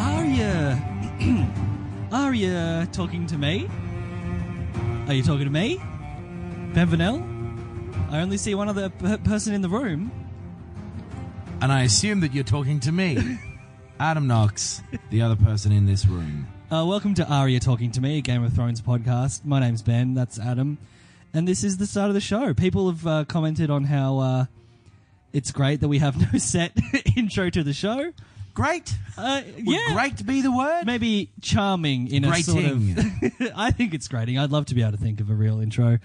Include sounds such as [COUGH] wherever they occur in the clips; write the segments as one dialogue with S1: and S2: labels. S1: Are [CLEARS THROAT] you? Are you talking to me? Are you talking to me, Benvenel? I only see one other per- person in the room.
S2: And I assume that you're talking
S1: [LAUGHS]
S2: to me, Adam Knox, the other person in this room.
S1: Uh, welcome to Aria Talking to Me, a Game of Thrones podcast. My name's Ben, that's Adam, and this is the start of the show. People have uh, commented on how uh, it's great that we have [LAUGHS] no set intro to the show.
S2: Great.
S1: Uh,
S2: Would
S1: yeah,
S2: great be the word?
S1: maybe charming in a sort of. [LAUGHS] I think it's grating. I'd love to be able to think of a real intro,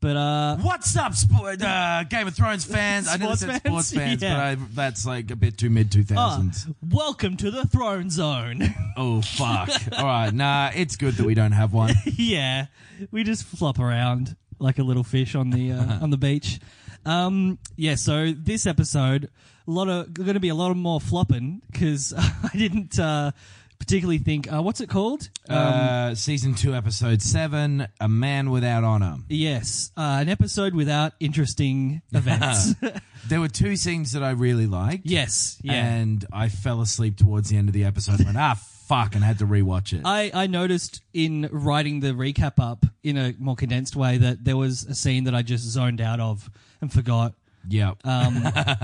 S1: but uh,
S2: What's up, sport, uh, Game of
S1: [LAUGHS]
S2: Thrones fans? I nearly
S1: Sports
S2: said
S1: fans?
S2: sports fans,
S1: Yeah.
S2: but I, that's like a bit too mid 2000s.
S1: uh, welcome to the throne zone. [LAUGHS]
S2: Oh, fuck. All right. Nah, it's good that we don't have
S1: [LAUGHS]
S2: one.
S1: yeah, we just flop around like a little fish on the uh, on the beach. Um, yeah, so this episode, a lot of going to be a lot of more flopping because [LAUGHS] I didn't uh, particularly think uh, what's it called?
S2: uh, season 2, episode 7 A Man Without Honor.
S1: Yes, uh, an episode without interesting events. [LAUGHS]
S2: There were two scenes that I really liked.
S1: yes, yeah.
S2: And I fell asleep towards the end of the episode and went, ah, fuck, and had to rewatch it.
S1: I, I noticed in writing the recap up in a more condensed way that there was a scene that I just zoned out of and forgot.
S2: yeah.
S1: uh, But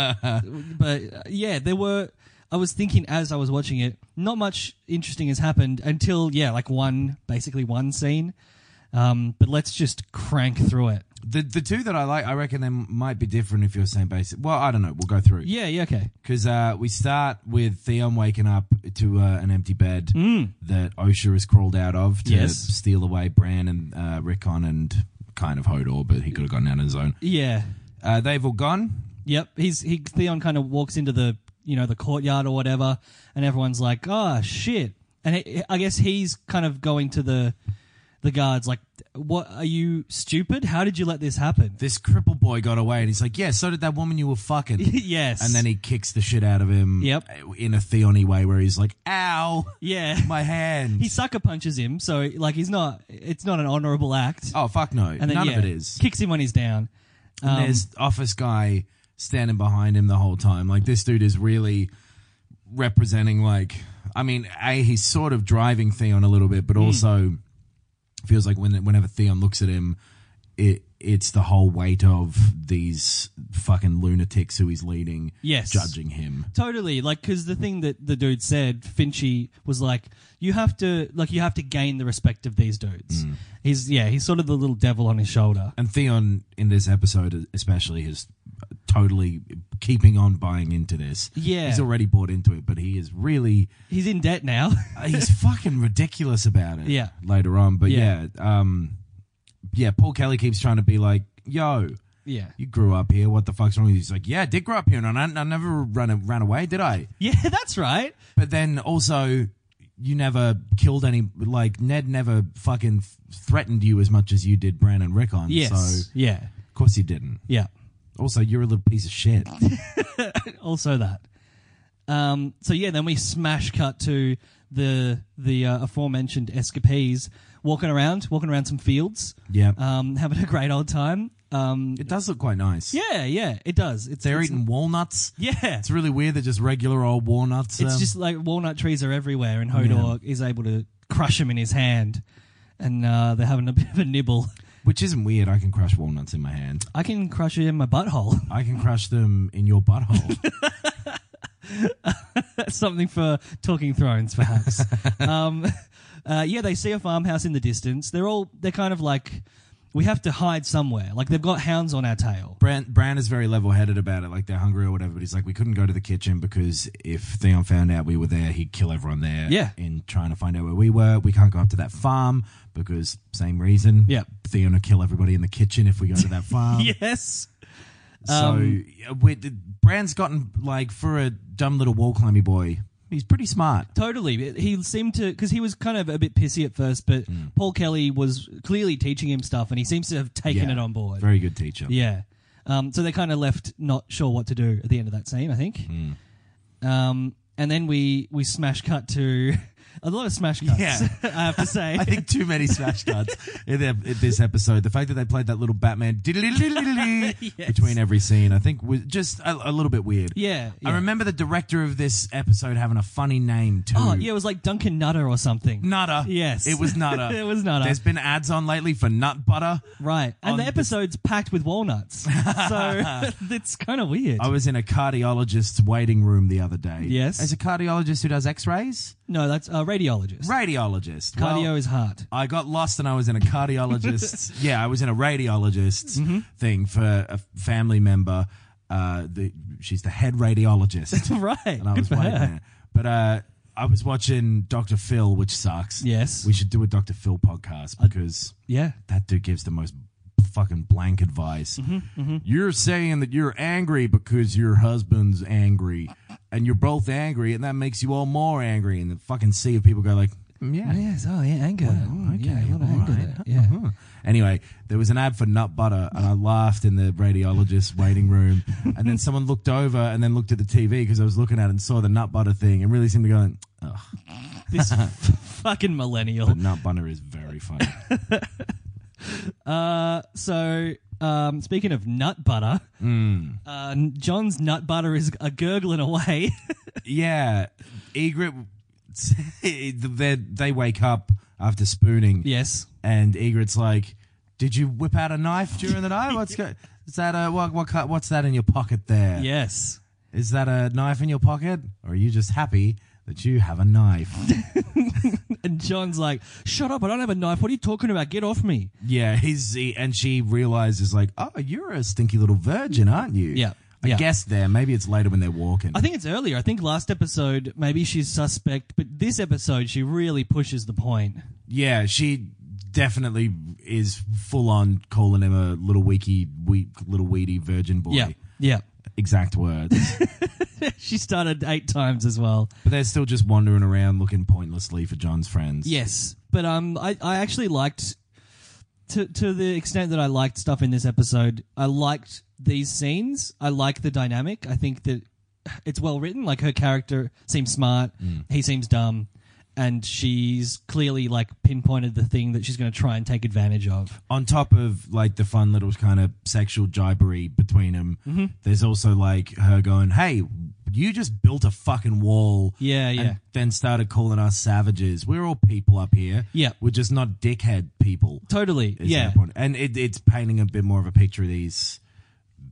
S1: uh, yeah, there were. I was thinking as I was watching it, not much interesting has happened until yeah, like one basically one scene. Um, but let's just crank through it.
S2: The the two that I like, I reckon they might be different if you're saying basic. Well, I don't know. We'll go through
S1: Yeah, yeah, okay.
S2: because uh, we start with Theon waking up to uh, an empty bed that Osha has crawled out of to
S1: Mm. Yes.
S2: steal away Bran and uh, Rickon and kind of Hodor, but he could have gotten out on his own.
S1: Yeah,
S2: Uh, they've all gone.
S1: yep. He's he Theon kind of walks into the you know the courtyard or whatever, and everyone's like, oh shit. And it, I guess he's kind of going to the the guards like, what are you stupid? How did you let this happen? [LAUGHS]
S2: This cripple boy got away, and he's like, "Yeah, so did that woman you were fucking."
S1: [LAUGHS] yes.
S2: And then he kicks the shit out of him.
S1: Yep.
S2: In a Theony way, where he's like, "Ow,
S1: yeah.
S2: my hand."
S1: he sucker punches him, so like he's not. It's not an honourable act.
S2: oh fuck no!
S1: and then,
S2: None
S1: yeah,
S2: of it is.
S1: Kicks him when he's down.
S2: And
S1: Um,
S2: there's office guy standing behind him the whole time. Like this dude is really representing like I mean, A, he's sort of driving Theon a little bit,
S1: Hmm.
S2: but also feels like when whenever Theon looks at him, it it's the whole weight of these fucking lunatics who he's leading
S1: Yes.
S2: judging him.
S1: Totally, like because the thing that the dude said, Finchy was like, you have to like you have to gain the respect of these dudes.
S2: Mm.
S1: He's yeah, he's sort of the little devil on his shoulder.
S2: And Theon in this episode especially is totally keeping on buying into this.
S1: Yeah.
S2: He's already bought into it, but he is really
S1: He's in debt now. [LAUGHS]
S2: he's fucking ridiculous about it.
S1: Yeah.
S2: Later on, but yeah.
S1: Yeah.
S2: um, yeah. Paul Kelly keeps trying to be like, "Yo,
S1: yeah,
S2: you grew up here. What the fuck's wrong?" with you? He's like, "Yeah, I did grow up here, and I, I never ran ran away, did I?"
S1: yeah, [LAUGHS] that's right.
S2: But then also, you never killed any. Like Ned never fucking th- threatened you as much as you did Bran and Rickon.
S1: Yes,
S2: So
S1: yeah,
S2: of course he didn't.
S1: yeah.
S2: Also, you're a little piece of shit.
S1: Also that. Um. So yeah, then we smash cut to the the uh, aforementioned escapees walking around, walking around some fields.
S2: Yeah.
S1: Um, having a great old time. Um.
S2: it does look quite nice.
S1: Yeah, yeah, it does. It's
S2: They're
S1: it's-
S2: eating walnuts.
S1: Yeah,
S2: It's really weird. They're just regular old walnuts.
S1: It's
S2: um,
S1: just like walnut trees are everywhere, and Hodor is able to crush them in his hand, and uh, they're having a [LAUGHS] bit of a nibble.
S2: Which isn't weird. I can crush walnuts in my hand.
S1: I can crush it in my butthole. [LAUGHS]
S2: I can crush them in your [LAUGHS] butthole.
S1: That's something for Talking Thrones, [LAUGHS]
S2: [LAUGHS]
S1: perhaps. um, uh, yeah, they see a farmhouse in the distance. They're all they're kind of like We have to hide somewhere. Like they've got hounds on our tail.
S2: Brown, Brown is very level headed about it. Like they're hungry or whatever, but he's like, we couldn't go to the kitchen because if Theon found out we were there, he'd kill everyone there.
S1: Yeah.
S2: In trying to find out where we were, we can't go up to that farm because same reason.
S1: Yeah.
S2: Theon will kill everybody in the kitchen if we go to [LAUGHS] that farm.
S1: yes.
S2: So yeah, we, Bran's gotten like for a dumb little wall climbing boy. He's pretty smart.
S1: Totally. He seemed to, because he was kind of a bit pissy at first, but
S2: Mm.
S1: Paul Kelly was clearly teaching him stuff and he seems to have taken
S2: Yeah.
S1: it on board.
S2: Very good teacher.
S1: Yeah. Um, so they kind of left not sure what to do at the end of that scene, I think.
S2: Hmm.
S1: Um, and then we, we smash cut to [LAUGHS] a lot of smash cuts,
S2: Yeah.
S1: [LAUGHS] I have to say.
S2: [LAUGHS] I think too many smash cuts in, the, in this episode. The fact that they played that little Batman
S1: [LAUGHS]
S2: between every scene, I think, was just a, a little bit weird.
S1: yeah, yeah.
S2: I remember the director of this episode having a funny name too.
S1: Oh, yeah, it was like Duncan Nutter or something.
S2: Nutter.
S1: Yes.
S2: it was Nutter.
S1: [LAUGHS] It was Nutter.
S2: There's been ads on lately for nut butter.
S1: Right. And the episode's packed with
S2: [LAUGHS]
S1: walnuts. So [LAUGHS] it's kind of weird.
S2: I was in a cardiologist's waiting room the other day.
S1: Yes.
S2: as a cardiologist who does X-rays,
S1: No, that's a radiologist.
S2: radiologist.
S1: Cardio
S2: Well,
S1: is
S2: [LAUGHS]
S1: heart.
S2: I got lost and I was in a
S1: [LAUGHS]
S2: cardiologist's. yeah, I was in a radiologist's
S1: Mm-hmm.
S2: thing for a family member. Uh, the, she's the head radiologist.
S1: [LAUGHS] Right.
S2: And I
S1: Good
S2: was
S1: for
S2: waiting
S1: her.
S2: there. But uh, I was watching Dr. Phil, which sucks.
S1: Yes.
S2: We should do a Dr. Phil podcast because
S1: Yeah.
S2: that dude gives the most fucking blank advice.
S1: Mm-hmm,
S2: You're saying that you're angry because your husband's angry and you're both angry and that makes you all more angry. And the fucking sea of people go like, "Mm, yeah.
S1: Yes. Oh, yeah. Anger. Mm,
S2: Okay,
S1: yeah, a lot of
S2: all
S1: anger
S2: right. Uh-huh.
S1: there. Yeah.
S2: Huh. Anyway, there was an ad for nut butter, and I laughed in the radiologist's waiting room. And then someone looked over and then looked at the TV because I was looking at it and saw the nut butter thing and really seemed to go, oh, [LAUGHS]
S1: This f- fucking millennial.
S2: but nut butter is very funny.
S1: Uh, so, um, speaking of nut butter, uh, John's nut butter is a gurgling away.
S2: [LAUGHS]
S1: [LAUGHS]
S2: yeah, [LAUGHS] Egret, they they wake up after spooning,
S1: yes.
S2: and Egret's like, "Did you whip out a knife during the night? What's [LAUGHS] go- is that a what, what cut- what's that in your pocket there? Is
S1: Yes.
S2: that a knife in your pocket, or are you just happy?" That you have a knife.
S1: And John's like, shut up. I don't have a knife. What are you talking about? Get off me.
S2: Yeah, he's he, and she realizes like, oh, you're a stinky little virgin, aren't you?
S1: Yeah,
S2: I
S1: yeah.
S2: guess there. Maybe it's later when they're walking.
S1: I think it's earlier. I think last episode, maybe she's suspect, but this episode, she really pushes the point.
S2: yeah, she definitely is full on calling him a little weaky, weak, little weedy virgin boy.
S1: Yeah. Yeah.
S2: exact words.
S1: [LAUGHS] She started eight times as well.
S2: but they're still just wandering around looking pointlessly for John's friends.
S1: Yes, but um, I, I actually liked to to the extent that I liked stuff in this episode. I liked these scenes. I like the dynamic. I think that it's well written. Like her character seems smart.
S2: Mm.
S1: He seems dumb. And she's clearly like pinpointed the thing that she's going to try and take advantage of.
S2: on top of like the fun little kind of sexual jibery between them,
S1: Mm-hmm.
S2: there's also like her going, "Hey, you just built a fucking wall."
S1: Yeah,
S2: and
S1: yeah.
S2: then started calling us savages. We're all people up here.
S1: Yeah.
S2: we're just not dickhead people.
S1: Totally.
S2: is
S1: yeah.
S2: her point. and it, it's painting a bit more of a picture of these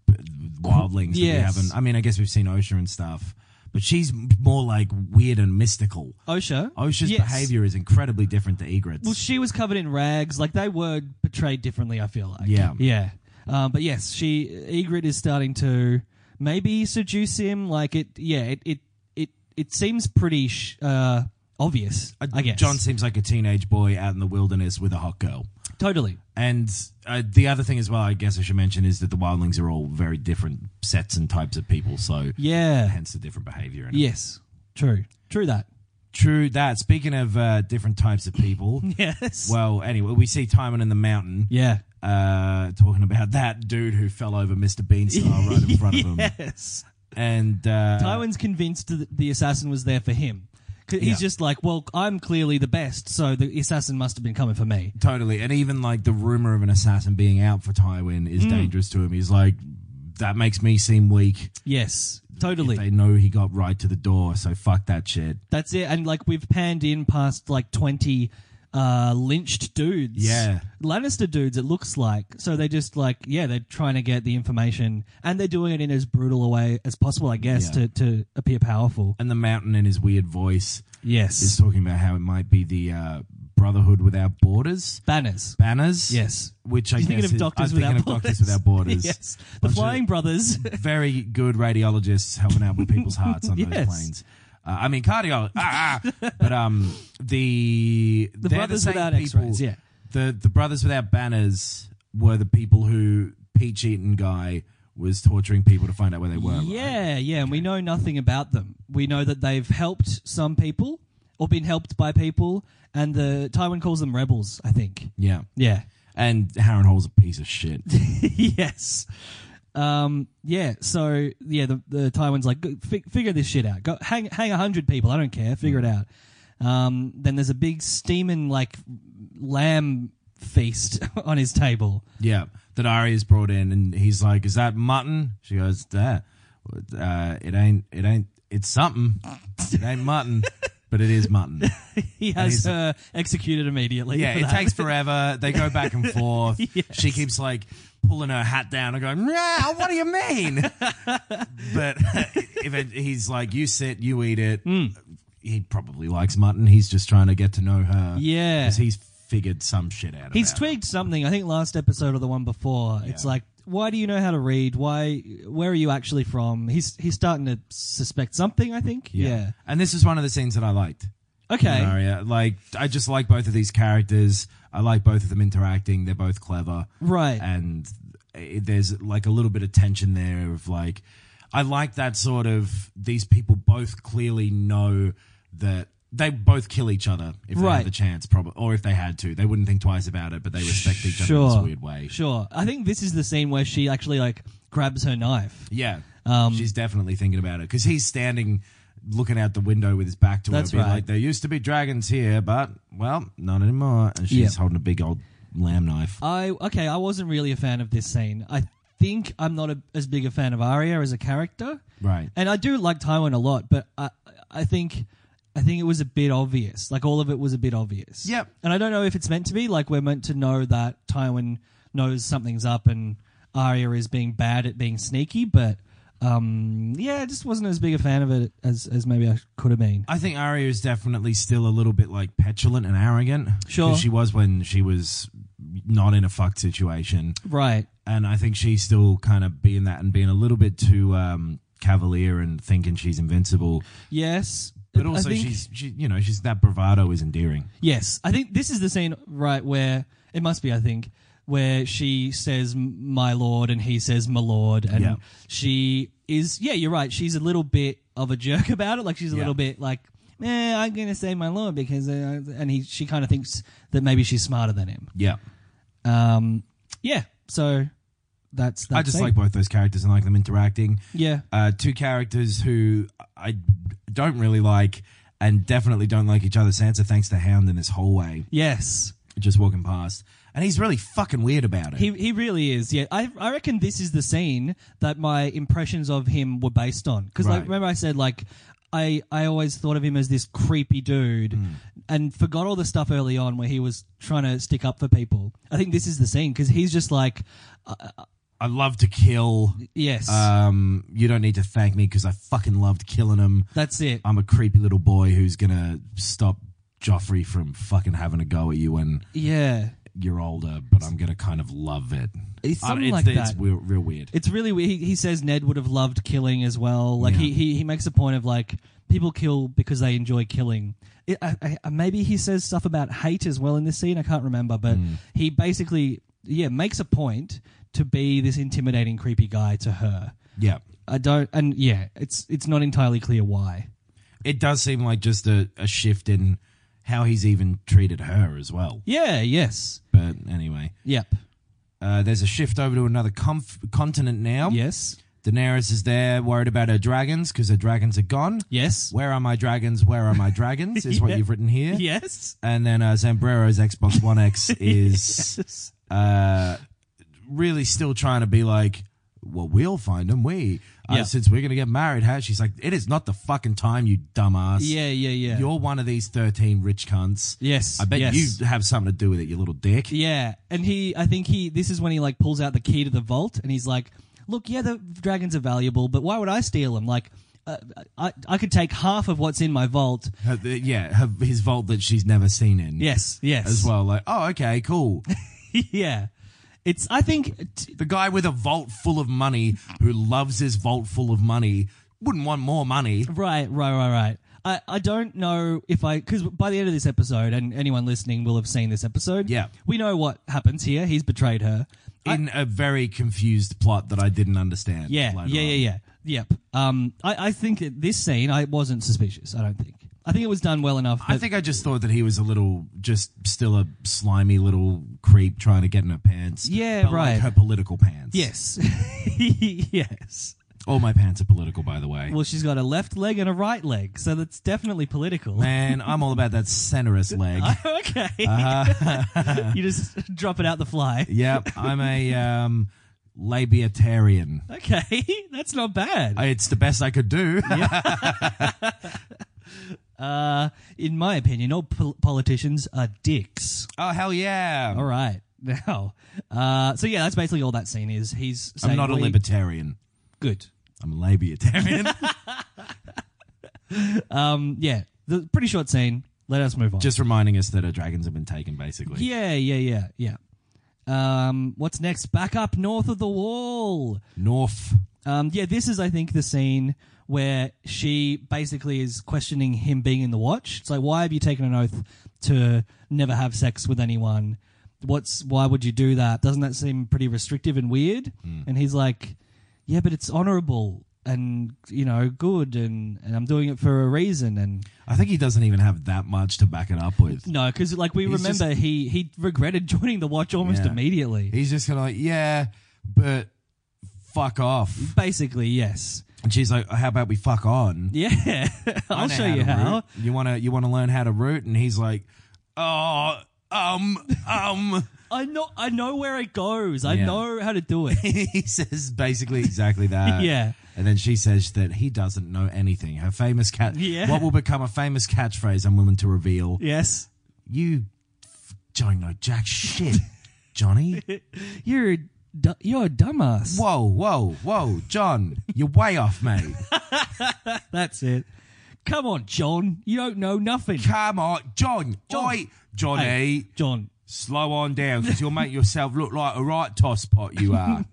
S2: b- wildlings that we
S1: Yes.
S2: haven't. I mean, I guess we've seen OSHA and stuff, but she's more like weird and mystical.
S1: OSHA.
S2: OSHA's
S1: Yes.
S2: behavior is incredibly different to Egret's.
S1: Well, she was covered in rags. Like they were portrayed differently. I feel like.
S2: Yeah.
S1: Yeah. Um, but yes, she Egret is starting to maybe seduce him. Like it. Yeah. It. It. It. It seems pretty sh- uh, obvious. I guess.
S2: John seems like a teenage boy out in the wilderness with a hot girl.
S1: Totally.
S2: And uh, the other thing as well, I guess I should mention, is that the wildlings are all very different sets and types of people. So,
S1: Yeah.
S2: hence the different behavior. in it.
S1: Yes. True. True that.
S2: True that. Speaking of uh, different types of people,
S1: [LAUGHS] Yes.
S2: well, anyway, we see Timon in the mountain
S1: yeah.
S2: uh, talking about that dude who fell over Mr. Bean
S1: [LAUGHS]
S2: style right in front of him.
S1: Yes.
S2: And uh,
S1: Tywin's convinced that the assassin was there for him. 'Cause He's
S2: Yeah.
S1: just like, well, I'm clearly the best, so the assassin must have been coming for me.
S2: Totally. And even like the rumor of an assassin being out for Tywin is
S1: Mm.
S2: dangerous to him. He's like, that makes me seem weak.
S1: Yes, totally.
S2: They know he got right to the door, so fuck that shit.
S1: That's it. And like we've panned in past like twenty uh lynched dudes.
S2: Yeah.
S1: Lannister dudes, it looks like. So they just like yeah, they're trying to get the information and they're doing it in as brutal a way as possible, I guess,
S2: Yeah.
S1: to, to appear powerful.
S2: And the mountain in his weird voice
S1: Yes.
S2: is talking about how it might be the uh, Brotherhood Without Borders
S1: Banners.
S2: banners.
S1: Yes.
S2: which I
S1: You're
S2: guess
S1: thinking of
S2: is-
S1: Doctors
S2: I'm
S1: Without
S2: thinking
S1: Borders.
S2: of Doctors Without
S1: [LAUGHS]
S2: Borders.
S1: yes. The
S2: Bunch of-
S1: Flying
S2: [LAUGHS]
S1: Brothers.
S2: very good radiologists helping out with people's
S1: [LAUGHS]
S2: hearts on
S1: Yes.
S2: those planes. Uh, I mean cardio, ah,
S1: [LAUGHS]
S2: ah. but um, the they're
S1: Brothers
S2: same
S1: Without
S2: people-
S1: X-rays, yeah.
S2: the the brothers without banners were the people who Peach Eaton guy was torturing people to find out where they were. right?
S1: Yeah, yeah, and we know nothing about them. We know that they've helped some people or been helped by people, and the Tywin calls them rebels, I think.
S2: yeah,
S1: Yeah.
S2: and Harren Hall's a piece
S1: [LAUGHS]
S2: of shit.
S1: yes. Um, yeah, so, yeah, the, the Tywin's like, "Go- fi- figure this shit out. Go Hang hang a 100 people, I don't care, figure it out. Um, then there's a big steaming, like, lamb feast [LAUGHS] on his table.
S2: Yeah, that Arya's brought in, and he's like, "Is that mutton?" She goes, "That, uh, it ain't, it ain't, it's something. It ain't
S1: [LAUGHS]
S2: mutton, but it is mutton."
S1: He has
S2: he's-
S1: her executed immediately.
S2: Yeah,
S1: for
S2: it
S1: that.
S2: takes forever. They go back
S1: [LAUGHS]
S2: and forth. She keeps like pulling her hat down and going, "Nah, what do you mean?"
S1: [LAUGHS]
S2: but if it, he's like, "You sit, you eat it,"
S1: Hmm.
S2: he probably likes mutton. He's just trying to get to know her.
S1: Yeah.
S2: 'Cause he's figured some shit
S1: [LAUGHS]
S2: out.
S1: He's
S2: about her.
S1: twigged something. I think last episode or the one before. It's like, why do you know how to read? Why? Where are you actually from? He's he's starting to suspect something. I think. Yeah.
S2: and this is one of the scenes that I liked.
S1: Okay.
S2: in Aria. Like, I just like both of these characters. I like both of them interacting. They're both clever.
S1: Right.
S2: And it, there's like a little bit of tension there of like, I like that sort of these people both clearly know that they both kill each other if they
S1: Right.
S2: had the chance, probably, or if they had to. They wouldn't think twice about it, but they respect each other in
S1: Sure.
S2: this weird way.
S1: Sure. I think this is the scene where she actually like grabs her knife.
S2: Yeah.
S1: Um,
S2: She's definitely thinking about it because he's standing looking out the window with his back to
S1: That's
S2: her, being
S1: right.
S2: like, there used to be dragons here, but, well, not anymore. And she's
S1: Yeah.
S2: holding a big old lamb knife.
S1: I okay. I wasn't really a fan of this scene. I think I'm not a, as big a fan of Arya as a character.
S2: Right.
S1: And I do like Tywin a lot, but I I think I think it was a bit obvious. Like all of it was a bit obvious.
S2: Yep.
S1: And I don't know if it's meant to be. Like we're meant to know that Tywin knows something's up and Arya is being bad at being sneaky, but um yeah, I just wasn't as big a fan of it as as maybe I could have been.
S2: I think Arya is definitely still a little bit like petulant and arrogant. 'cause
S1: Sure.
S2: She was when she was not in a fucked situation.
S1: Right.
S2: And I think she's still kind of being that and being a little bit too um, cavalier and thinking she's invincible.
S1: Yes.
S2: But
S1: I
S2: also,
S1: think-
S2: she's, she, you know, she's that bravado is endearing.
S1: Yes, I think this is the scene right where it must be. I think where she says "my lord" and he says "my lord," and
S2: Yeah.
S1: she is. Yeah, you're right. She's a little bit of a jerk [LAUGHS] about it. Like she's a
S2: Yeah.
S1: little bit like, "Eh, I'm gonna say my lord" because, uh, and he she kind of thinks that maybe she's smarter than him.
S2: Yeah.
S1: Um, yeah. So that's that
S2: I just
S1: scene.
S2: like both those characters and like them interacting.
S1: yeah.
S2: uh, two characters who I don't really like and definitely don't like each other. Sansa thanks the Hound in this hallway,
S1: Yes.
S2: just walking past, and he's really fucking weird about it.
S1: He, he really is. Yeah, I I reckon this is the scene that my impressions of him were based on. Because
S2: Right.
S1: like remember I said like I I always thought of him as this creepy dude, and forgot all the stuff early on where he was trying to stick up for people. I think this is the scene because he's just like
S2: I love to kill.
S1: yes,
S2: Um, you don't need to thank me because I fucking loved killing him.
S1: that's it.
S2: I'm a creepy little boy who's gonna stop Joffrey from fucking having a go at you when
S1: yeah,
S2: you're older, but I'm gonna kind of love it.
S1: It's
S2: I-
S1: something like
S2: it's, it's
S1: that.
S2: real, real weird.
S1: it's really weird. He, he says Ned would have loved killing as well. Like he,
S2: Yeah.
S1: he he makes a point of like people kill because they enjoy killing. It, I, I, maybe he says stuff about hate as well in this scene. I can't remember, but
S2: Mm.
S1: he basically yeah makes a point to be this intimidating, creepy guy to her.
S2: yeah.
S1: I don't, and yeah, it's it's not entirely clear why.
S2: It does seem like just a, a shift in how he's even treated her as well.
S1: Yeah. Yes.
S2: But anyway,
S1: Yep.
S2: uh, there's a shift over to another comf- continent now.
S1: Yes.
S2: Daenerys is there, worried about her dragons because her dragons are gone.
S1: Yes.
S2: Where are my dragons? Where are
S1: [LAUGHS]
S2: my dragons? Is what
S1: Yeah.
S2: you've written here. [LAUGHS]
S1: Yes.
S2: And then uh, Zambrero's Xbox
S1: [LAUGHS]
S2: One X is uh, really still trying to be like, well, we'll find them. We, uh,
S1: Yeah.
S2: since we're going to get married, huh? She's like, it is not the fucking time, you dumbass.
S1: Yeah. Yeah. Yeah.
S2: You're one of these 13 rich cunts.
S1: yes.
S2: I bet
S1: yes.
S2: you have something to do with it, you little dick.
S1: Yeah, and he, I think he, this is when he like pulls out the key to the vault, and he's like, "Look, yeah, the dragons are valuable, but why would I steal them? Like, uh, I, I could take half of what's in my vault.
S2: Her, the- yeah, her, his vault that she's never seen in.
S1: Yes, yes,
S2: As well, like, oh, okay, cool.
S1: [LAUGHS] yeah, it's. I think t-
S2: The guy with a vault full of money who loves his vault full of money wouldn't want more money.
S1: Right, right, right, right. I, I don't know if I because by the end of this episode, and anyone listening will have seen this episode.
S2: Yeah.
S1: we know what happens here. He's betrayed her.
S2: In a very confused plot that I didn't understand.
S1: Yeah,
S2: later
S1: yeah,
S2: on.
S1: yeah, yeah. Yep. Um, I, I think that this scene I wasn't suspicious. I don't think. I think it was done well enough.
S2: I
S1: that-
S2: think I just thought that he was a little, just still a slimy little creep trying to get in her pants.
S1: Yeah,
S2: But,
S1: right.
S2: Like her political pants.
S1: Yes. [LAUGHS] yes.
S2: All my pants are political, by the way.
S1: Well, she's got a left leg and a right leg, so that's definitely political.
S2: Man, I'm all about that centerist leg.
S1: [LAUGHS] okay.
S2: Uh-huh.
S1: [LAUGHS] you just drop it out the fly.
S2: Yep, I'm a um, labiatarian.
S1: Okay, [LAUGHS] that's not bad.
S2: I- It's the best I could do.
S1: Uh, in my opinion, all pol- politicians are dicks.
S2: [LAUGHS] oh hell yeah!
S1: All right. [LAUGHS] Now, uh, so yeah, that's basically all that scene is. He's saying
S2: I'm not a
S1: we-
S2: libertarian.
S1: Good.
S2: I'm a
S1: [LAUGHS]
S2: labiatarian.
S1: Um, yeah, the pretty short scene. Let us move on.
S2: Just reminding us that our dragons have been taken, basically.
S1: yeah, yeah, yeah, yeah. Um, what's next? Back up north of the wall.
S2: North.
S1: Um, yeah, this is, I think, the scene where she basically is questioning him being in the watch. It's like, why have you taken an oath to never have sex with anyone? What's why would you do that? Doesn't that seem pretty restrictive and weird? And he's like, yeah, but it's honorable and you know good, and and I'm doing it for a reason. And
S2: I think he doesn't even have that much to back it up with.
S1: no, because like we
S2: He's
S1: remember, he he regretted [LAUGHS] joining the watch almost
S2: Yeah.
S1: immediately.
S2: He's just kind of like, yeah, but fuck off.
S1: basically, yes,
S2: And she's like, how about we fuck on?
S1: yeah. [LAUGHS]
S2: I
S1: I'll
S2: know
S1: show you
S2: to
S1: how.
S2: root. You wanna you wanna learn how to root? And he's like, oh, um, um.
S1: I know I know where it goes. I
S2: Yeah.
S1: know how to do it.
S2: [LAUGHS] he says
S1: [LAUGHS]
S2: basically exactly that.
S1: Yeah.
S2: And then she says that he doesn't know anything. Her famous cat.
S1: Yeah.
S2: What will become a famous catchphrase? I'm willing to reveal.
S1: yes.
S2: You f- don't know
S1: [LAUGHS]
S2: jack shit, Johnny.
S1: You're a du- you're a dumbass.
S2: Whoa, whoa, whoa, John, you're way off, mate.
S1: That's it. Come on, John. You don't know nothing.
S2: Come on, John,
S1: John.
S2: Oi, Johnny,
S1: Hey, John.
S2: slow on down because you'll make yourself look like a right toss pot. You are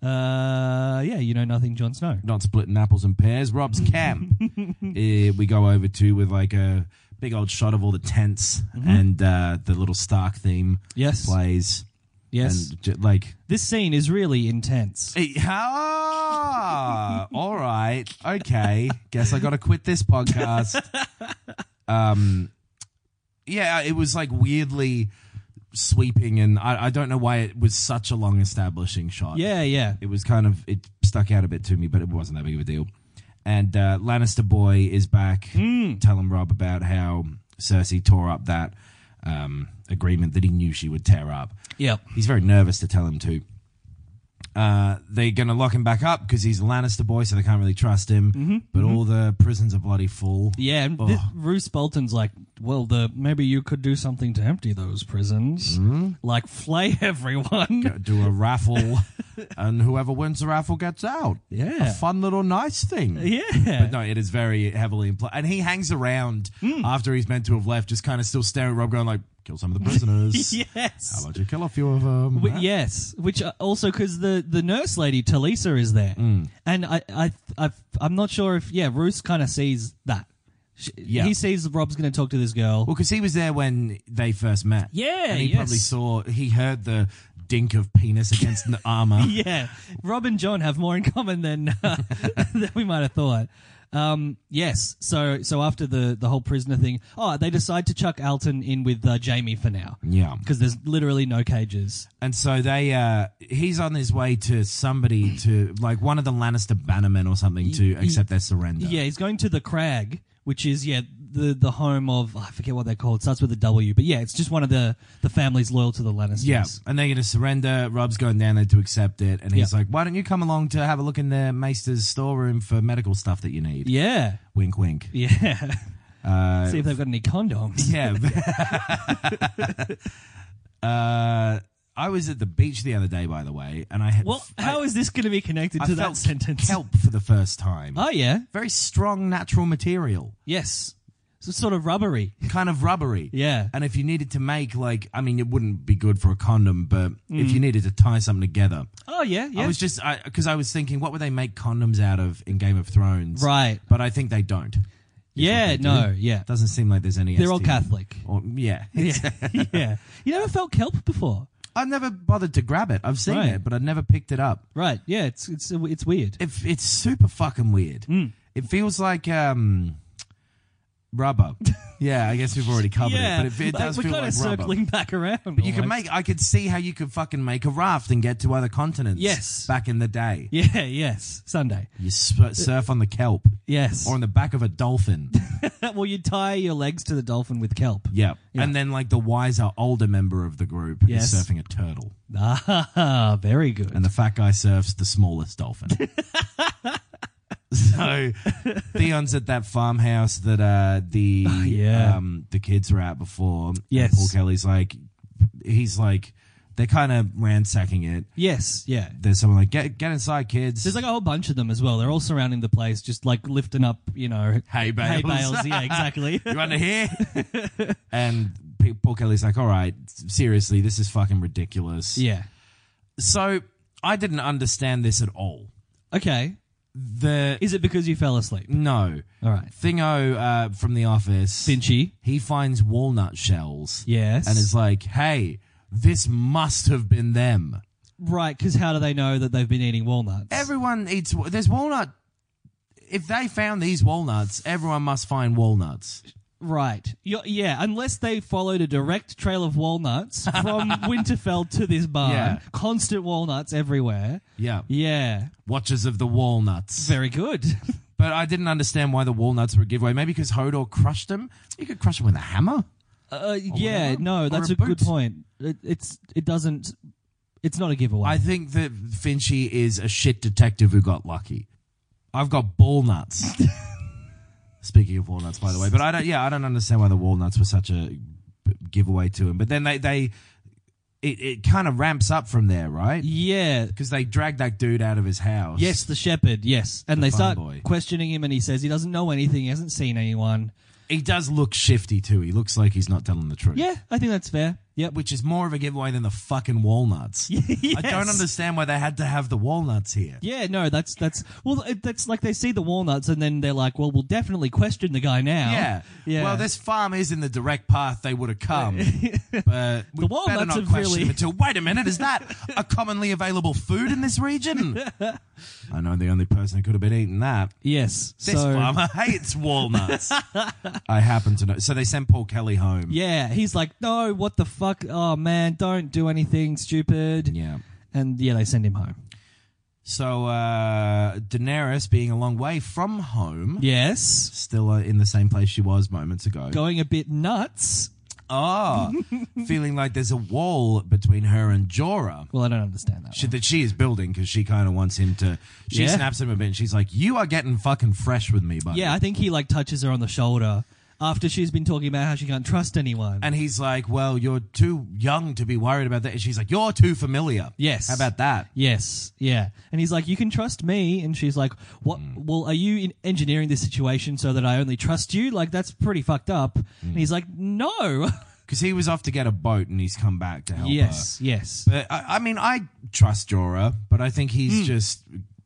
S1: Uh yeah, you know nothing, John Snow.
S2: not splitting apples and pears.
S1: [LAUGHS]
S2: Rob's camp. Eh, we go over to with like a big old shot of all the tents and uh, the little Stark theme
S1: Mm-hmm. Yes.
S2: plays.
S1: Yes.
S2: and j- like [LAUGHS]
S1: this scene is really intense.
S2: Eh, Ah, all right. Okay. Guess I got to quit
S1: [LAUGHS]
S2: this podcast. Um, yeah, it was like weirdly sweeping, and I, I don't know why it was such a long establishing shot.
S1: Yeah, yeah.
S2: It was kind of, it stuck out a bit to me, but it wasn't that big of a deal. And uh, Lannister Boy is back
S1: Hmm.
S2: telling Rob about how Cersei tore up that um, agreement that he knew she would tear up.
S1: Yep.
S2: He's very nervous to tell him to. Uh, they're going to lock him back up because he's a Lannister boy, so they can't really trust him. But all the prisons are bloody full.
S1: Mm-hmm. Yeah, and thi-
S2: Oh.
S1: Roose Bolton's like, well, the maybe you could do something to empty those prisons,
S2: Mm-hmm.
S1: like flay [LAUGHS] everyone.
S2: Do
S1: [LAUGHS]
S2: a raffle, and whoever wins the raffle gets out.
S1: Yeah.
S2: A fun little nice thing.
S1: Yeah. Hmm.
S2: But no, it is very heavily implied. And he hangs around after he's meant to have left, just kind of still staring at Rob, going like, kill some
S1: [LAUGHS]
S2: of the
S1: [LAUGHS]
S2: prisoners.
S1: yes.
S2: How about you kill a few of them?
S1: Wh- yes, which uh, also because the, the nurse lady Talisa is there,
S2: Mm.
S1: and I I i I'm not sure if yeah, Roos kind of sees that. She,
S2: Yeah.
S1: he sees Rob's going to talk to this girl.
S2: Well, because he was there when they first met.
S1: Yeah,
S2: and he
S1: yes.
S2: probably saw. He heard the dink of penis
S1: [LAUGHS]
S2: against the armor.
S1: [LAUGHS] yeah, Rob and John have more in common
S2: [LAUGHS]
S1: than [LAUGHS] uh, than we might have thought. Um, yes, so so after the the whole prisoner thing, oh, they decide to chuck Alton in with uh, Jamie for now.
S2: Yeah.
S1: because there's literally no cages.
S2: And so they, uh he's on his way to somebody to like one of the Lannister bannermen or something to accept their surrender.
S1: Yeah, he's going to the Crag, which is yeah the the home of I forget what they're called. Starts with a W, but yeah, it's just one of the the families loyal to the Lannisters.
S2: Yeah, and they're going to surrender. Rob's going down there to accept it, and he's
S1: Yeah.
S2: like, "Why don't you come along to have a look in the Maester's storeroom for medical stuff that you need?"
S1: yeah, [LAUGHS]
S2: Wink, wink. [LAUGHS]
S1: yeah.
S2: Uh,
S1: See if they've got any condoms.
S2: Yeah. [LAUGHS] uh, I was at the beach the other day, by the way, and I had.
S1: Well,
S2: I-
S1: how is this going to be connected
S2: I
S1: to that
S2: felt
S1: sentence?
S2: Kelp for the first time.
S1: Oh yeah,
S2: Very strong natural material,
S1: yes. So it's sort of rubbery.
S2: kind of rubbery.
S1: Yeah.
S2: And if you needed to make like, I mean, it wouldn't be good for a condom, but if
S1: Mm.
S2: you needed to tie something together,
S1: Oh yeah, yeah.
S2: I was just because I, was thinking, what would they make condoms out of in Game of Thrones?
S1: Right.
S2: But I think they don't.
S1: yeah, no, yeah.
S2: Doesn't seem like there's any.
S1: They're all
S2: STD.
S1: Catholic.
S2: Or, yeah.
S1: [LAUGHS] Yeah, yeah. You never felt kelp before,
S2: [LAUGHS] I've never bothered to grab it. I've seen
S1: Right.
S2: it, but I've never picked it up.
S1: right? Yeah, it's it's it's weird.
S2: It, it's super fucking weird.
S1: Hmm.
S2: It feels like um,
S1: [LAUGHS]
S2: rubber. yeah, I guess we've already covered
S1: yeah,
S2: it, but it, it
S1: like,
S2: does
S1: we're
S2: feel
S1: kind
S2: like
S1: of circling
S2: rubber.
S1: back around.
S2: But you can make. I could see how you could fucking make a raft and get to other continents.
S1: Yes.
S2: back in the day,
S1: Yeah, yes, Sunday.
S2: you sp- surf on the kelp
S1: Yes.
S2: or on the back of a dolphin.
S1: [LAUGHS] well, you tie your legs to the dolphin with kelp.
S2: Yeah. And then like the wiser older member of the group
S1: Yes.
S2: is surfing a turtle.
S1: Ah, [LAUGHS] very good.
S2: And the fat guy surfs the smallest dolphin.
S1: [LAUGHS]
S2: so Theon's at that farmhouse that uh the
S1: Oh, yeah.
S2: um the kids were at before. And
S1: Yes.
S2: Paul Kelly's like he's like they're kind of ransacking it.
S1: yes, yeah.
S2: There's someone like get get inside kids.
S1: There's like a whole bunch of them as well. They're all surrounding the place, just like lifting up, you know, [LAUGHS]
S2: Hay bales.
S1: hay bales. [LAUGHS] Yeah, exactly.
S2: [LAUGHS] you
S1: [LAUGHS]
S2: under here? [LAUGHS] and P- Paul Kelly's like, all right, seriously, this is fucking ridiculous.
S1: yeah.
S2: So I didn't understand this at all.
S1: Okay.
S2: The
S1: Is it because you fell asleep?
S2: no
S1: All right.
S2: Thingo uh, from the office.
S1: Finchy.
S2: He finds walnut shells.
S1: Yes.
S2: and is like, "Hey, this must have been them."
S1: Right, because how do they know that they've been eating walnuts?
S2: Everyone eats. wa- There's walnut. If they found these walnuts, everyone must find walnuts.
S1: right. you yeah, unless they followed a direct trail of
S2: [LAUGHS]
S1: walnuts from Winterfell to this barn.
S2: Yeah.
S1: Constant walnuts everywhere.
S2: Yeah,
S1: Yeah.
S2: Watchers of the Walnuts.
S1: Very good.
S2: But I didn't understand why the walnuts were a giveaway. Maybe because Hodor crushed them. You could crush them with a hammer.
S1: [LAUGHS] Uh, yeah,
S2: whatever.
S1: no,
S2: Or
S1: that's
S2: a
S1: a, good
S2: boot.
S1: point. It, it's it doesn't it's not a giveaway.
S2: I think that Finchy is a shit detective who got lucky. I've got ball nuts.
S1: [LAUGHS]
S2: Speaking of walnuts, by the way, but I don't. Yeah, I don't understand why the walnuts were such a b- giveaway to him. But then they they it, it kind of ramps up from there, right?
S1: yeah.
S2: Because they drag that dude out of his house.
S1: Yes, the shepherd, yes. And they
S2: farm
S1: start
S2: boy.
S1: questioning him and he says he doesn't know anything, he hasn't seen anyone.
S2: he does look shifty too. He looks like he's not telling the truth.
S1: Yeah, I think that's fair. Yep. [LAUGHS]
S2: which is more of a giveaway than the fucking walnuts. I
S1: Yes.
S2: don't understand why they had to have the walnuts here.
S1: Yeah, no, that's that's well, it- that's like they see the walnuts and then they're like, well, we'll definitely question the guy now.
S2: Yeah.
S1: yeah. [LAUGHS]
S2: Well, this farm is in the direct path they would have come, but uh,
S1: The
S2: we better
S1: walnuts
S2: not
S1: have
S2: question
S1: Oh, really-
S2: them until. Wait a minute, is that
S1: [LAUGHS]
S2: a commonly available food in this region? I know the only person who could have been eating that.
S1: yes.
S2: This
S1: so
S2: farmer
S1: [LAUGHS]
S2: hates walnuts. I happen to know. So they sent Paul Kelly home.
S1: yeah, he's like, no, what the fuck? Oh man, don't do anything stupid.
S2: Yeah.
S1: And yeah, they send him home.
S2: So uh, Daenerys, being a long way from home,
S1: Yes,
S2: still uh, in the same place she was moments ago.
S1: going a bit nuts. [LAUGHS]
S2: Ah, feeling like there's a wall between her and Jorah.
S1: Well, I don't understand that.
S2: she,
S1: one.
S2: that she is building because she kind of wants him to. She
S1: Yeah.
S2: snaps him a bit. And she's like, "You are getting fucking fresh with me, buddy."
S1: Yeah, I think he like touches her on the shoulder after she's been talking about how she can't trust anyone.
S2: And he's like, "Well, you're too young to be worried about that." And she's like, "You're too familiar."
S1: Yes.
S2: How about that?
S1: Yes, yeah. And he's like, "You can trust me," and she's like, "What?
S2: Mm.
S1: Well, are you in engineering this situation so that I only trust you? Like, that's pretty fucked up."
S2: Mm.
S1: And he's like, "No."
S2: Because he was off to get a boat and he's come back to
S1: [LAUGHS]
S2: help
S1: yes, yes.
S2: her. But I, I mean, I trust Jorah, but I think
S1: Hmm.
S2: he's just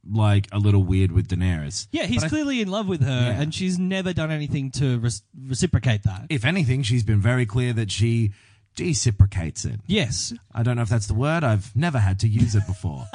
S2: like a little weird with Daenerys.
S1: yeah, he's clearly in love with her, and she's never done anything to res- reciprocate that.
S2: If anything, she's been very clear that she reciprocates it.
S1: yes,
S2: I don't know if that's the word. I've never had to use
S1: [LAUGHS]
S2: it before.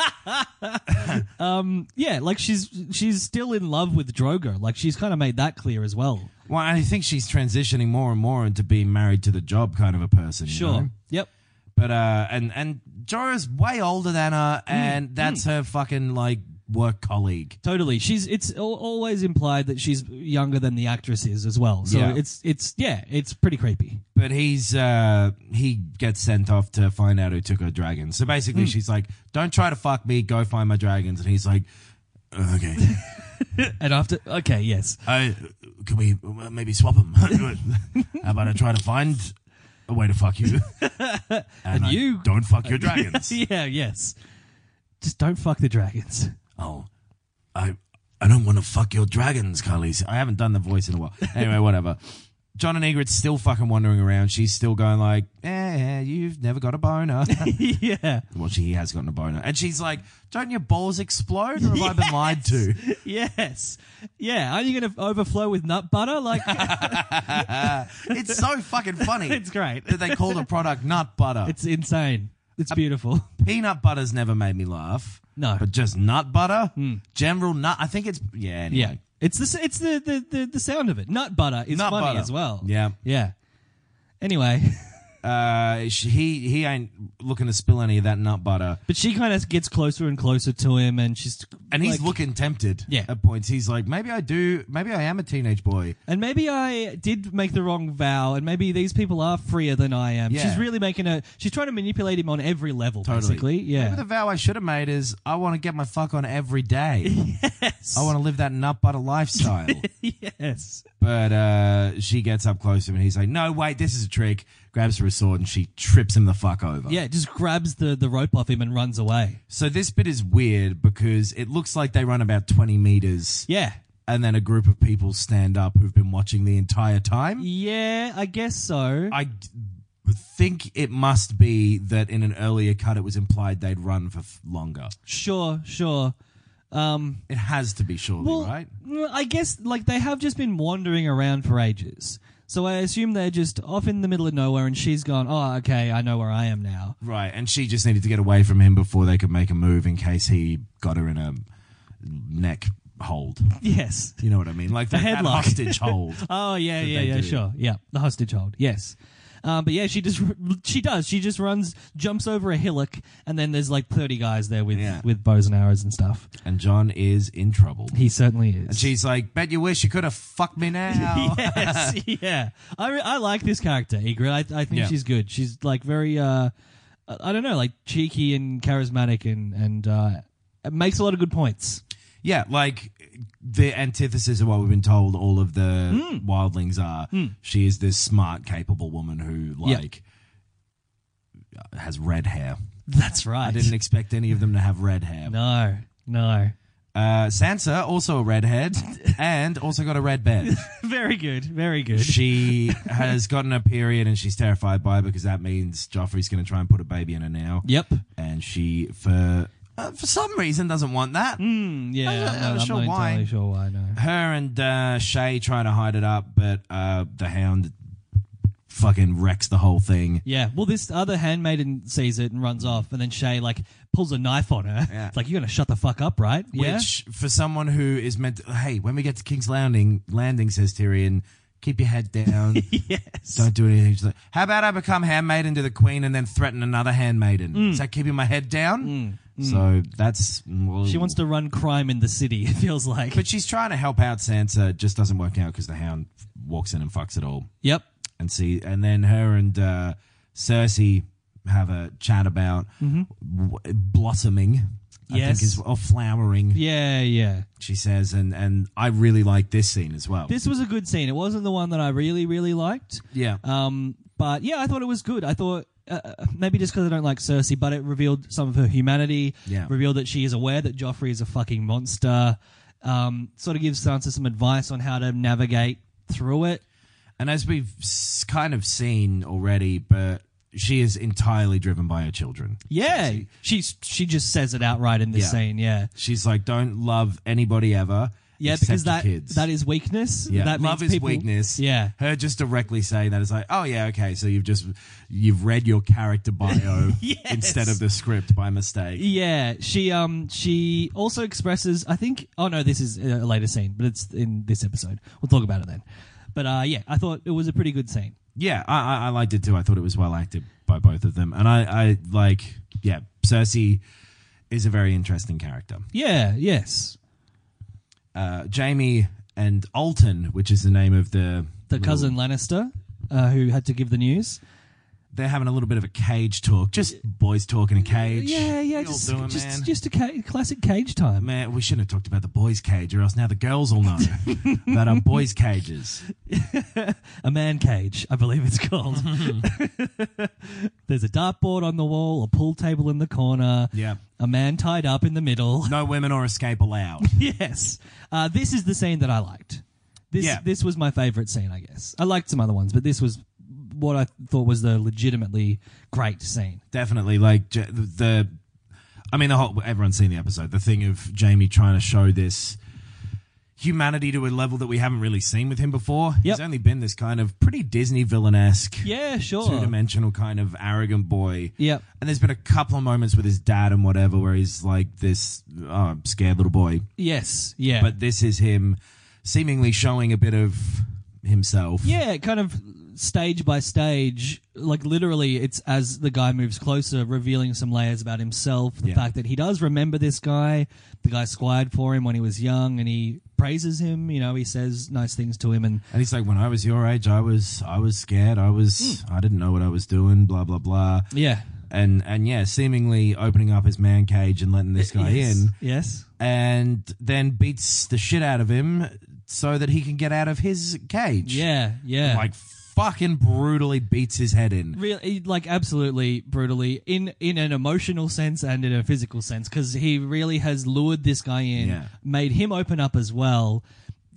S1: yeah. Like she's she's still in love with Drogo. Like she's kind of made that clear as well.
S2: Well, I think she's transitioning more and more into being married to the job kind of a person. you
S1: Sure.
S2: know?
S1: Yep.
S2: But uh, and and Jorah's way older than her,
S1: Hmm,
S2: and that's her fucking like work colleague.
S1: Totally. She's it's al- always implied that she's younger than the actress is as well. So
S2: Yeah.
S1: it's it's yeah, it's pretty creepy.
S2: But he's uh he gets sent off to find out who took her dragons. So basically,
S1: Hmm.
S2: she's like, "Don't try to fuck me. Go find my dragons." And he's like, "Uh, "Okay,
S1: [LAUGHS]
S2: Oh,
S1: And after okay, yes.
S2: [LAUGHS] I can we uh, maybe swap them? How about I try to find a way to fuck
S1: [LAUGHS]
S2: you. and I
S1: you-
S2: don't fuck your dragons.
S1: [LAUGHS] [LAUGHS] yeah, yes. Just don't fuck the [LAUGHS] dragons.
S2: oh, I I don't want to fuck your dragons, Carlise. I haven't done the voice
S1: [LAUGHS]
S2: in a while. Anyway, whatever. John and Egret's still fucking wandering around. She's still going like, eh, you've never got
S1: [LAUGHS]
S2: a boner.
S1: yeah.
S2: well, she has gotten a boner. And she's like, don't your balls explode? Or have I been lied to?
S1: Yes. Yeah. Aren't you going to overflow with nut butter? [LAUGHS] Like,
S2: [LAUGHS] It's so fucking funny.
S1: [LAUGHS] It's great.
S2: That they called a product nut butter.
S1: it's insane. It's beautiful.
S2: peanut butter's never made me laugh.
S1: No. Hmm.
S2: But just nut butter? General nut. I think it's, yeah, anyway.
S1: Yeah. It's the it's the the, the, the sound of it. Nut butter is
S2: Nut
S1: funny
S2: butter.
S1: as well.
S2: Yeah.
S1: Yeah. Anyway, [LAUGHS]
S2: Uh, sh- he, he ain't looking to spill any of that nut butter.
S1: but she kind of gets closer and closer to him, and she's
S2: And he's
S1: like-
S2: looking tempted
S1: Yeah.
S2: at points. He's like, maybe I do, maybe I am a teenage boy.
S1: And maybe I did make the wrong vow, and maybe these people are freer than I am.
S2: Yeah.
S1: She's really making a. She's trying to manipulate him on every level,
S2: Totally.
S1: basically. Yeah.
S2: Maybe the vow I should have made is I want to get my fuck on every day.
S1: [LAUGHS]
S2: I want to live that nut butter lifestyle.
S1: [LAUGHS] yes.
S2: But uh, she gets up close to him and he's like, no, wait, this is a trick. Grabs her sword and she trips him the fuck over.
S1: Yeah. Just grabs the the rope off him and runs away.
S2: So this bit is weird because it looks like they run about 20 meters
S1: Yeah.
S2: and then a group of people stand up who've been watching the entire time.
S1: Yeah. I guess so.
S2: I d- think it must be that in an earlier cut it was implied they'd run for f- longer.
S1: sure. Sure. Um.
S2: It has to be surely,
S1: Well,
S2: right?
S1: mm, I guess like they have just been wandering around for ages. So I assume they're just off in the middle of nowhere, and she's gone. Oh, okay, I know where I am now. [LAUGHS]
S2: Right, and she just needed to get away from him before they could make a move in case he got her in a neck hold.
S1: Yes.
S2: You know what I mean? Like the
S1: headlock. [LAUGHS]
S2: hostage hold.
S1: Oh yeah, yeah,
S2: they
S1: yeah,
S2: do.
S1: sure, yeah. The hostage hold, yes. Um, but yeah, she just [LAUGHS] she does. She just runs, jumps over a hillock, and then there's like thirty guys there with
S2: Yeah.
S1: with bows and arrows and stuff.
S2: and John is in trouble.
S1: He certainly
S2: And
S1: is.
S2: she's like, "Bet you wish you could have fucked
S1: [LAUGHS]
S2: me now." [LAUGHS]
S1: yes, yeah. I re- I like this character, Ygritte. I, I think
S2: Yeah.
S1: she's good. She's like very uh, I I don't know, like cheeky and charismatic, and and uh, makes a lot of good points.
S2: Yeah, like the antithesis of what we've been told all of the
S1: Hmm.
S2: wildlings are. She is this smart, capable woman who
S1: Yeah.
S2: like has red hair.
S1: That's right.
S2: I didn't expect any of them to have red hair.
S1: no,
S2: [LAUGHS]
S1: no.
S2: Uh, Sansa also
S1: [LAUGHS]
S2: a redhead and also got a red bed.
S1: very good, very good. [LAUGHS]
S2: She has gotten a period and she's terrified by it because that means Joffrey's going to try and put a baby in her now.
S1: Yep.
S2: And she, for uh, for some reason, doesn't want that.
S1: Yeah, I'm
S2: not-
S1: not,
S2: I'm not
S1: I'm
S2: sure
S1: not
S2: why.
S1: entirely sure why. No.
S2: her and uh, Shay try to hide it up, but uh, the hound fucking wrecks the whole thing.
S1: Yeah. Well, this other handmaiden sees it and runs off, and then Shay like pulls a knife on her.
S2: Yeah.
S1: It's like you're gonna shut the fuck up, right? yeah.
S2: Which, for someone who is meant, to, hey, when we get to King's Landing, landing says Tyrion, keep your head down,
S1: [LAUGHS] Yes.
S2: don't do anything. She's like, how about I become handmaiden to the queen and then threaten another handmaiden?
S1: Mm.
S2: Is that keeping my head down? So that's well,
S1: She wants to run crime in the city. [LAUGHS] It feels like.
S2: but she's trying to help out Sansa. It just doesn't work out because the hound walks in and fucks it all.
S1: yep.
S2: and see and then her and uh, Cersei have a chat about w- blossoming I
S1: Mm-hmm. Yes.
S2: think is or flowering
S1: Yeah. Yeah.
S2: she says and and I really like this scene as well
S1: This was a good scene. It wasn't the one that I really, really liked.
S2: yeah
S1: Um. But yeah, I thought it was good. I thought. Uh, uh, maybe just because I don't like Cersei, but it revealed some of her humanity.
S2: Yeah.
S1: Revealed that she is aware that Joffrey is a fucking monster. Um, sort of gives Sansa some advice on how to navigate through it.
S2: and as we've s- kind of seen already but she is entirely driven by her children
S1: Yeah, she's she just says it outright in this
S2: Yeah.
S1: scene. Yeah,
S2: she's like don't love anybody ever
S1: yeah,
S2: except
S1: because
S2: your
S1: that
S2: kids.
S1: that is weakness.
S2: Yeah,
S1: that
S2: love
S1: means
S2: is
S1: people-
S2: weakness.
S1: Yeah,
S2: her just directly saying that is like, oh yeah, okay, so you've just you've read your character bio
S1: [LAUGHS] Yes.
S2: instead of the script by mistake.
S1: yeah. She um she also expresses. I think. Oh no, this is a later scene, but it's in this episode. We'll talk about it then. But uh, yeah, I thought it was a pretty good scene.
S2: Yeah, I, I, I liked it too. I thought it was well acted by both of them, and I, I like, yeah, Cersei is a very interesting character.
S1: Yeah. Yes.
S2: Uh, Jamie and Alton, which is the name of the
S1: The cousin Lannister, uh, who had to give the news.
S2: they're having a little bit of a cage talk, just boys talk in a cage.
S1: Yeah, yeah,
S2: We all
S1: just
S2: do it,
S1: just,
S2: man.
S1: just a ca- classic cage time.
S2: Man, we shouldn't have talked about the boys' cage, or else now the girls will
S1: [LAUGHS]
S2: know about our boys' cages.
S1: a man cage, I believe it's
S2: [LAUGHS]
S1: called. There's a dartboard on the wall, a pool table in the corner.
S2: Yeah.
S1: A man tied up in the middle.
S2: No women or escape allowed. [LAUGHS]
S1: [LAUGHS] yes. Uh, this is the scene that I liked. This
S2: Yeah.
S1: this was my favorite scene, I guess. I liked some other ones, but this was what I thought was the legitimately great scene.
S2: Definitely, like Ja- the, the, I mean, the whole everyone's seen the episode. The thing of Jamie trying to show this humanity to a level that we haven't really seen with him before.
S1: Yep.
S2: He's only been this kind of pretty Disney villain esque,
S1: Yeah, sure.
S2: two dimensional kind of arrogant boy.
S1: Yep.
S2: And there's been a couple of moments with his dad and whatever where he's like this uh, scared little boy.
S1: Yes. Yeah.
S2: But this is him seemingly showing a bit of himself.
S1: Yeah, kind of stage by stage, like literally, it's as the guy moves closer, revealing some layers about himself. The
S2: Yeah.
S1: fact that he does remember this guy, the guy squired for him when he was young, and he praises him. You know, he says nice things to him, and
S2: And he's like, when I was your age, I was I was scared. I was
S1: Hmm.
S2: I didn't know what I was doing. Blah blah blah.
S1: yeah,
S2: And and yeah, seemingly opening up his man cage and letting this guy
S1: yes.
S2: in,
S1: Yes,
S2: and then beats the shit out of him so that he can get out of his cage.
S1: yeah, yeah.
S2: like fucking brutally beats his head in.
S1: really like absolutely brutally in in an emotional sense and in a physical sense because he really has lured this guy in
S2: Yeah.
S1: made him open up as well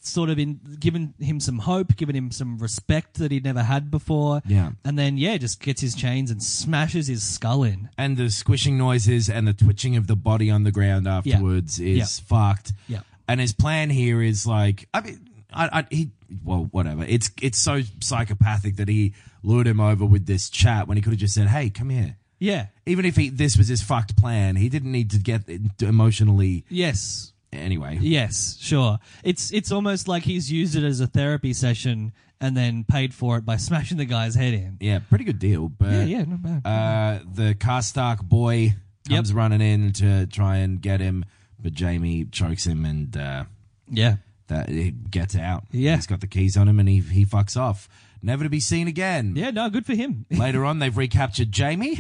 S1: sort of in given him some hope given him some respect that he'd never had before
S2: Yeah.
S1: and then yeah just gets his chains and smashes his skull in
S2: and the squishing noises and the twitching of the body on the ground afterwards is fucked.
S1: Yeah.
S2: And his plan here is like, I mean, I, I, he, well, whatever. It's it's so psychopathic that he lured him over with this chat when he could have just said, "Hey, come here."
S1: yeah
S2: Even if he, this was his fucked plan, he didn't need to get emotionally.
S1: yes
S2: Anyway,
S1: yes sure it's it's almost like he's used it as a therapy session and then paid for it by [LAUGHS] smashing the guy's head in
S2: yeah, pretty good deal. But
S1: yeah yeah not bad
S2: Uh, the Karstark boy comes running in to try and get him, but Jamie chokes him and uh,
S1: yeah
S2: that he gets out.
S1: Yeah.
S2: He's got the keys on him and he, he fucks off. Never to be seen again.
S1: yeah no good for him
S2: [LAUGHS]
S1: [LAUGHS]
S2: Later on, they've recaptured Jamie.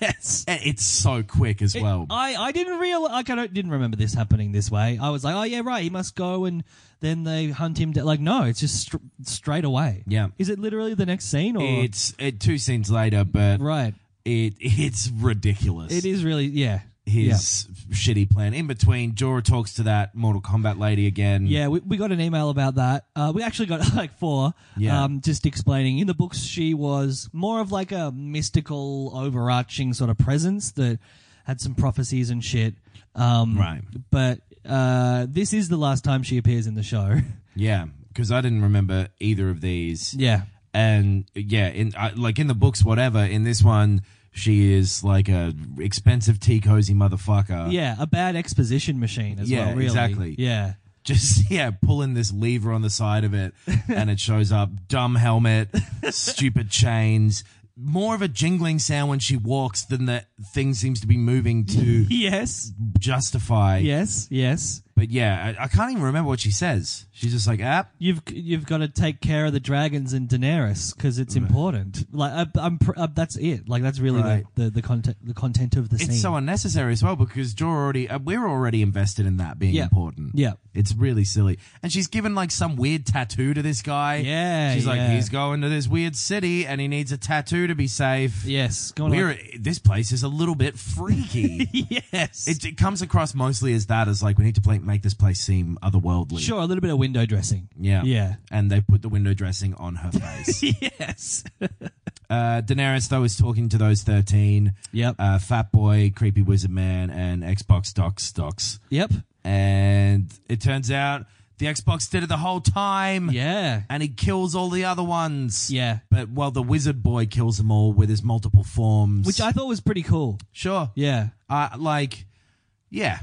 S1: yes
S2: And it's so quick as well.
S1: [LAUGHS] I, I didn't real like I don't, didn't remember this happening this way. I was like, oh yeah, right. He must go, and then they hunt him down. Like no, it's just str- straight away.
S2: Yeah.
S1: Is it literally the next scene or
S2: it's it, two scenes later, but
S1: right?
S2: it it's ridiculous.
S1: It is really yeah.
S2: his shitty plan. In between, Jorah talks to that Mortal Kombat lady again.
S1: Yeah, we, we got an email about that. Uh, we actually got [LAUGHS] like four,
S2: Yeah.
S1: um, just explaining. In the books, she was more of like a mystical, overarching sort of presence that had some prophecies and shit. Um,
S2: Right.
S1: But uh, this is the last time she appears in the show. [LAUGHS]
S2: yeah. Because I didn't remember either of these.
S1: yeah.
S2: and yeah, in uh, like in the books, whatever. In this one, she is like a expensive tea cozy motherfucker.
S1: Yeah, a bad exposition machine as
S2: Yeah,
S1: well. Really.
S2: exactly.
S1: Yeah,
S2: just [LAUGHS] yeah, pulling this lever on the side of it, and it shows up. Dumb helmet, stupid chains. More of a jingling sound when she walks than the thing seems to be moving to
S1: Yes.
S2: justify.
S1: Yes. Yes.
S2: But yeah, I, I can't even remember what she says. She's just like, "Ah,
S1: You've you've got to take care of the dragons and Daenerys because it's important. Like I, I'm, pr- uh that's it. Like that's really
S2: Right.
S1: the, the the content the content of the scene.
S2: it's so unnecessary as well because Jor already uh, we're already invested in that being
S1: Yeah.
S2: important.
S1: Yeah.
S2: it's really silly. And she's given like some weird tattoo to this guy.
S1: Yeah,
S2: she's like
S1: yeah.
S2: he's going to this weird city and he needs a tattoo to be safe.
S1: yes. Go on. [LAUGHS]
S2: we're this place is a little bit freaky.
S1: yes.
S2: it, it comes across mostly as that as like we need to play, make this place seem otherworldly.
S1: sure. A little bit of window dressing.
S2: Yeah.
S1: Yeah. [LAUGHS]
S2: And they put the window dressing on her face.
S1: yes.
S2: uh, Daenerys, though, is talking to those 13.
S1: Yep.
S2: Uh, Fat Boy, Creepy Wizard Man, and Xbox Docs Stocks.
S1: yep.
S2: And it turns out the Xbox did it the whole time.
S1: Yeah.
S2: And he kills all the other ones.
S1: Yeah.
S2: But well, the wizard boy kills them all with his multiple forms.
S1: Which I thought was pretty cool.
S2: sure.
S1: Yeah.
S2: Uh, like, yeah,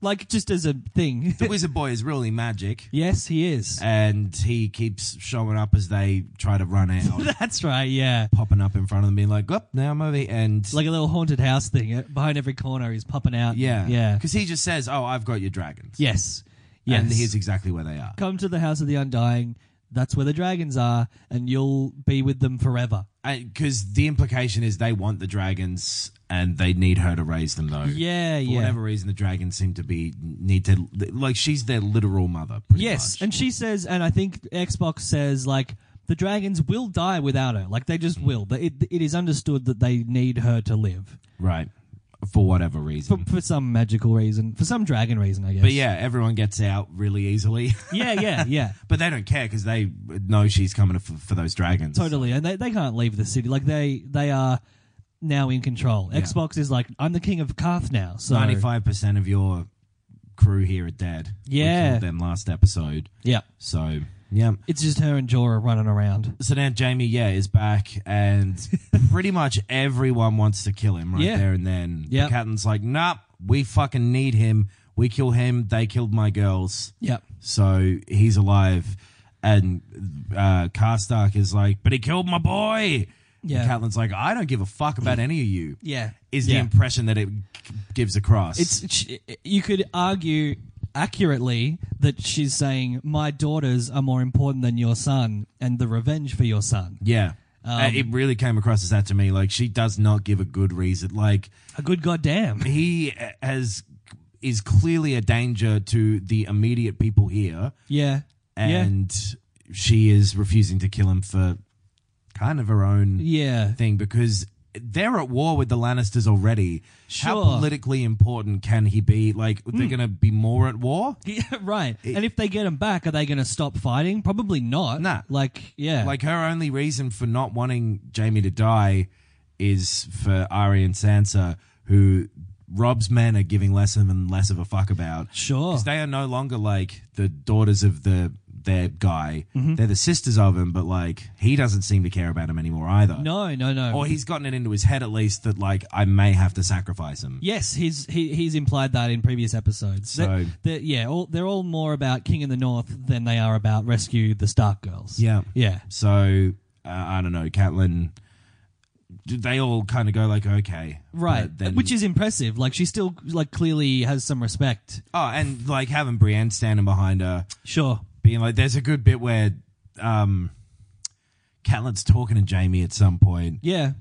S1: Like just as a thing. [LAUGHS]
S2: the wizard boy is really magic,
S1: yes, he is.
S2: and he keeps showing up as they try to
S1: [LAUGHS]
S2: run out,
S1: that's right. Yeah.
S2: popping up in front of them, being like, "Up now, I'm over," here," and
S1: like a little haunted house thing uh, behind every corner. He's popping out.
S2: yeah,
S1: yeah,
S2: because he just says, "Oh, I've got your dragons,"
S1: yes, yes.
S2: and here's exactly where they are.
S1: Come to the house of the undying. that's where the dragons are, and you'll be with them forever.
S2: because the implication is they want the dragons and they need her to raise them though.
S1: Yeah,
S2: for
S1: yeah.
S2: whatever reason, the dragons seem to be need to like she's their literal mother. Pretty
S1: Yes,
S2: much.
S1: and she says, and I think Xbox says like the dragons will die without her. Like they just will. But it, it is understood that they need her to live
S2: right for whatever
S1: for,
S2: reason.
S1: for some magical reason, for some dragon reason, I guess.
S2: but yeah, everyone gets out really easily. [LAUGHS]
S1: yeah, yeah, yeah.
S2: but they don't care because they know she's coming for, for those dragons.
S1: Totally, and they, they can't leave the city. Like they they are now in control. Xbox is like, I'm the king of Carth now. So
S2: Ninety-five percent of your crew here are dead. We
S1: Yeah.
S2: killed them last episode.
S1: Yeah,
S2: So yeah.
S1: it's just her and Jorah running around.
S2: So now Jamie, yeah, is back,
S1: [LAUGHS]
S2: and pretty much everyone wants to kill him right
S1: Yeah.
S2: there and then.
S1: Yep.
S2: Catton's like, nah, we fucking need him. We kill him. They killed my girls.
S1: Yep.
S2: So he's alive. And uh, Karstark is like, but he killed my boy.
S1: Yeah.
S2: Catelyn's like, I don't give a fuck about any of you.
S1: Yeah.
S2: Is the
S1: Yeah.
S2: impression that it gives across.
S1: It's sh- you could argue accurately that she's saying my daughters are more important than your son and the revenge for your son.
S2: yeah.
S1: Um,
S2: Uh, it really came across as that to me. Like, she does not give a good reason. Like,
S1: A good goddamn.
S2: he has is clearly a danger to the immediate people here,
S1: Yeah.
S2: and she is refusing to kill him for kind of her own
S1: yeah. Yeah.
S2: thing because they're at war with the Lannisters already. How
S1: Sure. Hmm.
S2: politically important can he be? Like they're going to be more at war.
S1: [LAUGHS] Yeah, right. and if they get him back, are they going to stop fighting? Probably not.
S2: Nah.
S1: Like, yeah.
S2: Like her only reason for not wanting Jamie to die is for Arya and Sansa, who Rob's men are giving less and less of a fuck about.
S1: sure.
S2: Because they are no longer like the daughters of the their guy.
S1: Mm-hmm.
S2: They're the sisters of him, but like he doesn't seem to care about him anymore either.
S1: no, no, no.
S2: Or he's gotten it into his head at least that like I may have to sacrifice him.
S1: Yes, he's he, he's implied that in previous episodes.
S2: So-
S1: That- that- yeah, all, they're all more about King in the North than they are about rescue the Stark girls.
S2: Yeah.
S1: yeah,
S2: So uh, I don't know, Catelyn. They all kind of go like, okay,
S1: right.
S2: but then-
S1: Which is impressive. Like she still like clearly has some respect.
S2: oh, and like having Brienne standing behind her,
S1: Sure.
S2: being like, there's a good bit where um, Catelyn's talking to Jamie at some point.
S1: Yeah,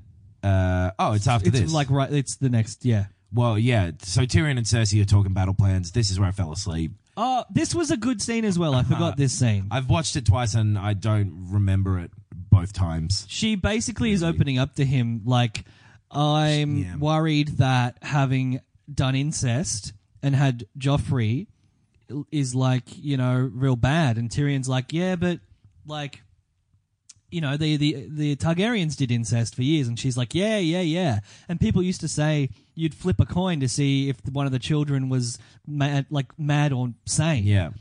S2: Uh, oh, it's after
S1: it's
S2: this,
S1: like right. It's the next. Yeah.
S2: Well, yeah. So Tyrion and Cersei are talking battle plans. This is where I fell asleep.
S1: Oh, this was a good scene as well.
S2: Uh-huh.
S1: I forgot this scene.
S2: I've watched it twice and I don't remember it both times.
S1: She basically is opening up to him like, I'm
S2: Yeah.
S1: worried that having done incest and had Joffrey is like, you know, real bad. And Tyrion's like, yeah, but like, you know, the, the, the Targaryens did incest for years. And she's like, yeah, yeah, yeah. And people used to say you'd flip a coin to see if one of the children was mad, like mad or sane.
S2: Yeah.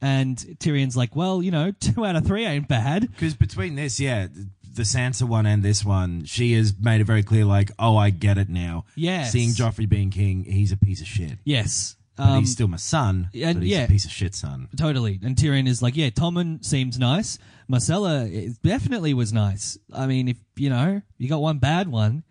S1: And Tyrion's like, well, you know, [LAUGHS] two out of three ain't bad.
S2: Because between this, yeah, th- the Sansa one and this one, she has made it very clear, like, oh, I get it now.
S1: Yes.
S2: Seeing Joffrey being king, he's a piece of shit.
S1: Yes.
S2: But he's still my son,
S1: Um, and
S2: but he's
S1: yeah.
S2: a piece of shit son.
S1: Totally. And Tyrion is like, yeah, Tommen seems nice. Marcella is, definitely was nice. I mean, if you know, you got one bad one.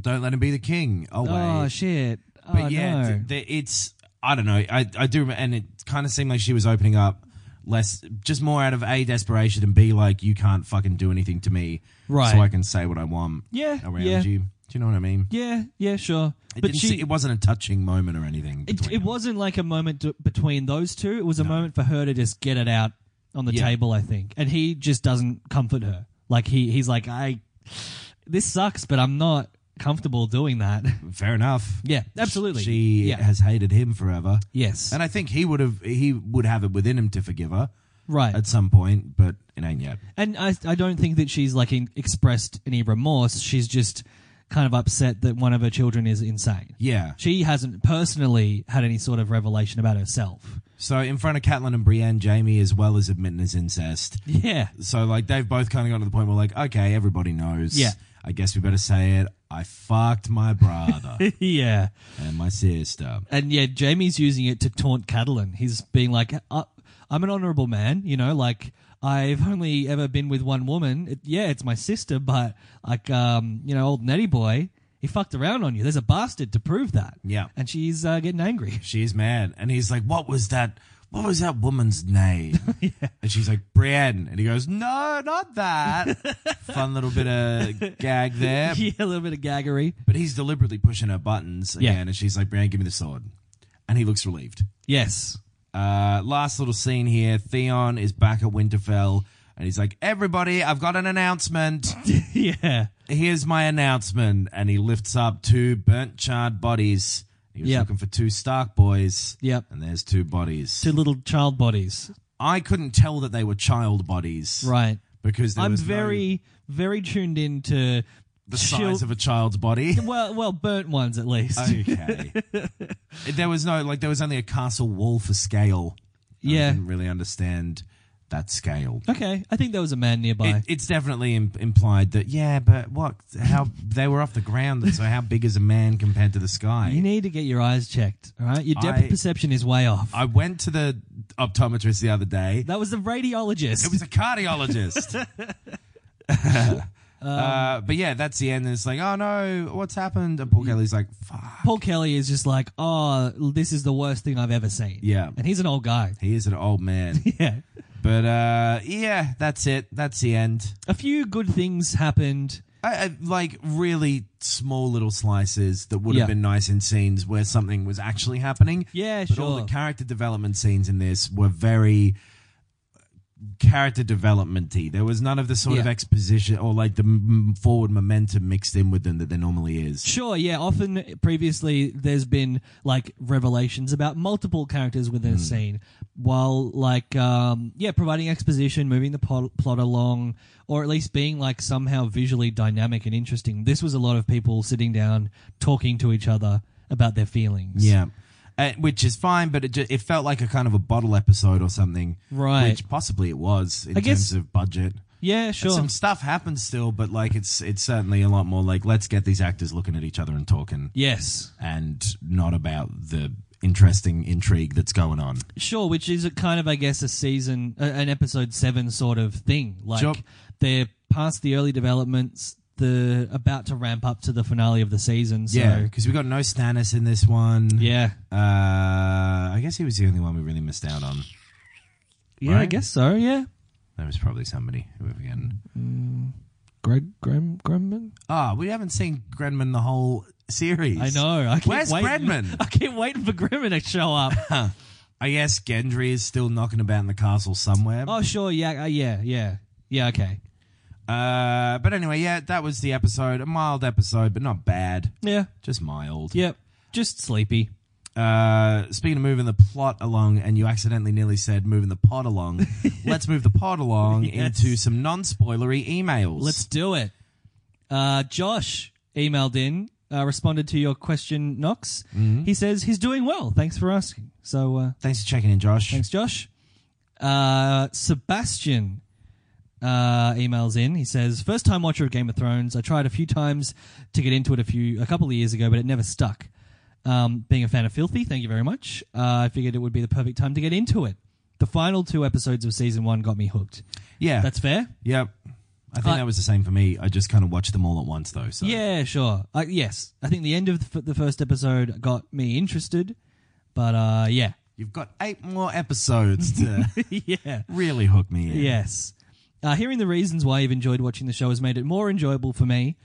S2: Don't let him be the king. Oh,
S1: Oh
S2: wait.
S1: shit. Oh,
S2: but yeah,
S1: no.
S2: th- th- it's I don't know. I I do, remember, and it kind of seemed like she was opening up less, just more out of a desperation and b like you can't fucking do anything to me,
S1: Right.
S2: So I can say what I want,
S1: Yeah,
S2: around
S1: yeah.
S2: you. Do you know what I mean?
S1: yeah, yeah, sure.
S2: It
S1: but
S2: didn't
S1: she,
S2: se- it wasn't a touching moment or anything.
S1: it,
S2: between
S1: it
S2: them.
S1: wasn't like a moment d- between those two. It was a moment for her to just get it out on the
S2: Yeah.
S1: table, I think. And he just doesn't comfort her. Like he, he's like, I, this sucks, but I'm not comfortable doing
S2: [LAUGHS]
S1: that.
S2: fair enough.
S1: yeah, absolutely.
S2: She
S1: yeah.
S2: has hated him forever,
S1: yes,
S2: and I think he would have he would have it within him to forgive her
S1: right.
S2: at some point, but it ain't yet.
S1: And I, I don't think that she's like in, expressed any remorse. She's just kind of upset that one of her children is insane.
S2: Yeah.
S1: She hasn't personally had any sort of revelation about herself.
S2: So in front of Catelyn and Brienne, Jamie as well as admitting his incest.
S1: Yeah.
S2: So like they've both kind of gotten to the point where like okay everybody knows.
S1: Yeah.
S2: I guess we better say it. I fucked
S1: [LAUGHS]
S2: my brother
S1: [LAUGHS] yeah.
S2: and my sister.
S1: And yeah, Jamie's using it to taunt Catalan. He's being like, uh, I'm an honorable man, you know, like I've only ever been with one woman. It, yeah, it's my sister, but like, um, you know, old Nettie boy, he fucked around on you. There's a bastard to prove that.
S2: Yeah.
S1: And she's uh, getting angry. [LAUGHS]
S2: She's mad, and he's like, "What was that? what was that
S1: [LAUGHS]
S2: woman's name? And she's like, Brienne. And he goes, no,
S1: [LAUGHS]
S2: not that. Fun little bit of gag there.
S1: Yeah, a little bit of gaggery.
S2: But he's deliberately pushing her buttons
S1: Yeah.
S2: again. And she's like, Brienne, give me the sword. And he looks relieved. [LAUGHS]
S1: Yes.
S2: Uh, last little scene here. Theon is back at Winterfell. And he's like, everybody, I've got
S1: [LAUGHS]
S2: an announcement.
S1: yeah.
S2: Here's my announcement. And he lifts up two burnt, charred bodies. He was
S1: Yep.
S2: looking for two Stark boys.
S1: Yep.
S2: And there's two bodies.
S1: Two little child bodies.
S2: I couldn't tell that they were child bodies.
S1: Right.
S2: Because there
S1: I'm
S2: was no-
S1: very, very tuned in to
S2: the size of a child's
S1: [LAUGHS]
S2: body.
S1: well, well, burnt ones at least.
S2: Okay. there was no like there was only a castle wall for scale. I
S1: [LAUGHS] yeah.
S2: didn't really understand that scale.
S1: Okay. I think there was a man nearby.
S2: It, it's definitely Im- implied that yeah, but what? How they were off the ground, so how big is a man compared to the sky?
S1: you need to get your eyes checked. All right. Your depth
S2: I-
S1: of perception is way off.
S2: I went to the optometrist the other day.
S1: that was the radiologist.
S2: It was a cardiologist.
S1: [LAUGHS]
S2: uh,
S1: Um,
S2: but yeah, that's the end. And it's like, oh no, what's happened? And Paul Kelly's like, fuck.
S1: Paul Kelly is just like, oh, this is the worst thing I've ever seen.
S2: Yeah.
S1: And he's an old
S2: [LAUGHS]
S1: guy.
S2: He is an
S1: [LAUGHS]
S2: old man.
S1: Yeah.
S2: But uh, yeah, that's it. That's the end.
S1: A few good things happened.
S2: I, I, like really small little slices that would
S1: Yeah.
S2: have been nice in scenes where something was actually happening.
S1: Yeah,
S2: but
S1: sure.
S2: all the character development scenes in this were very character developmenty. There was none of the sort of
S1: Yeah.
S2: exposition or like the m- forward momentum mixed in with them that there normally is.
S1: Sure, yeah. Often previously, there's been like revelations about multiple characters within a
S2: Hmm.
S1: scene, while like um, yeah, providing exposition, moving the pol- plot along, or at least being like somehow visually dynamic and interesting. This was a lot of people sitting down talking to each other about their feelings.
S2: Yeah. Uh, which is fine, but it, ju- it felt like a kind of a bottle episode or something.
S1: Right.
S2: Which possibly it was in
S1: I guess-
S2: terms of budget.
S1: yeah, sure.
S2: Some stuff happens still, but like it's it's certainly a lot more like let's get these actors looking at each other and talking,
S1: yes,
S2: and not about the interesting intrigue that's going on.
S1: Sure, which is a kind of, I guess, a season, a- an episode seven sort of thing. Like
S2: Sure.
S1: they're past the early developments, the about to ramp up to the finale of the season. So
S2: yeah, because we got no Stannis in this one.
S1: yeah,
S2: uh, I guess he was the only one we really missed out on.
S1: yeah, I
S2: Right.
S1: guess so. Yeah,
S2: There was probably somebody who we can.
S1: Greg Graham Grumman.
S2: Ah, we haven't seen Grenman the whole series.
S1: I know. I keep
S2: Where's
S1: waiting.
S2: Gredman?
S1: [LAUGHS] I keep waiting for Grimman to show [LAUGHS] up.
S2: I guess Gendry is still knocking about in the castle somewhere.
S1: oh, sure. Yeah, uh, yeah, yeah, yeah. Okay. Oh.
S2: Uh, but anyway, yeah, that was the episode. A mild episode, but not bad.
S1: Yeah.
S2: Just mild.
S1: Yep. Just sleepy.
S2: Uh, speaking of moving the plot along, and you accidentally nearly said moving the
S1: [LAUGHS]
S2: pot along, let's move the pot along
S1: Yes.
S2: into some non spoilery emails.
S1: Let's do it. Uh, Josh emailed in, uh, responded to your question, Knox. He says he's doing well. Thanks for asking. So uh,
S2: Thanks for checking in, Josh.
S1: thanks, Josh. Uh, Sebastian uh, emails in. He says, first time watcher of Game of Thrones. I tried a few times to get into it a few a couple of years ago, but it never stuck. Um, being a fan of Filthy, thank you very much. Uh, I figured it would be the perfect time to get into it. The final two episodes of season one got me hooked.
S2: Yeah.
S1: That's fair.
S2: Yep. I think
S1: Uh,
S2: that was the same for me. I just kind of watched them all at once, though. So
S1: Yeah, sure. Uh, yes, I think the end of the, f- the first episode got me interested, but uh, yeah, [LAUGHS]
S2: you've got eight more episodes to
S1: yeah,
S2: really hook me in.
S1: yes. Uh, hearing the reasons why you've enjoyed watching the show has made it more enjoyable for me,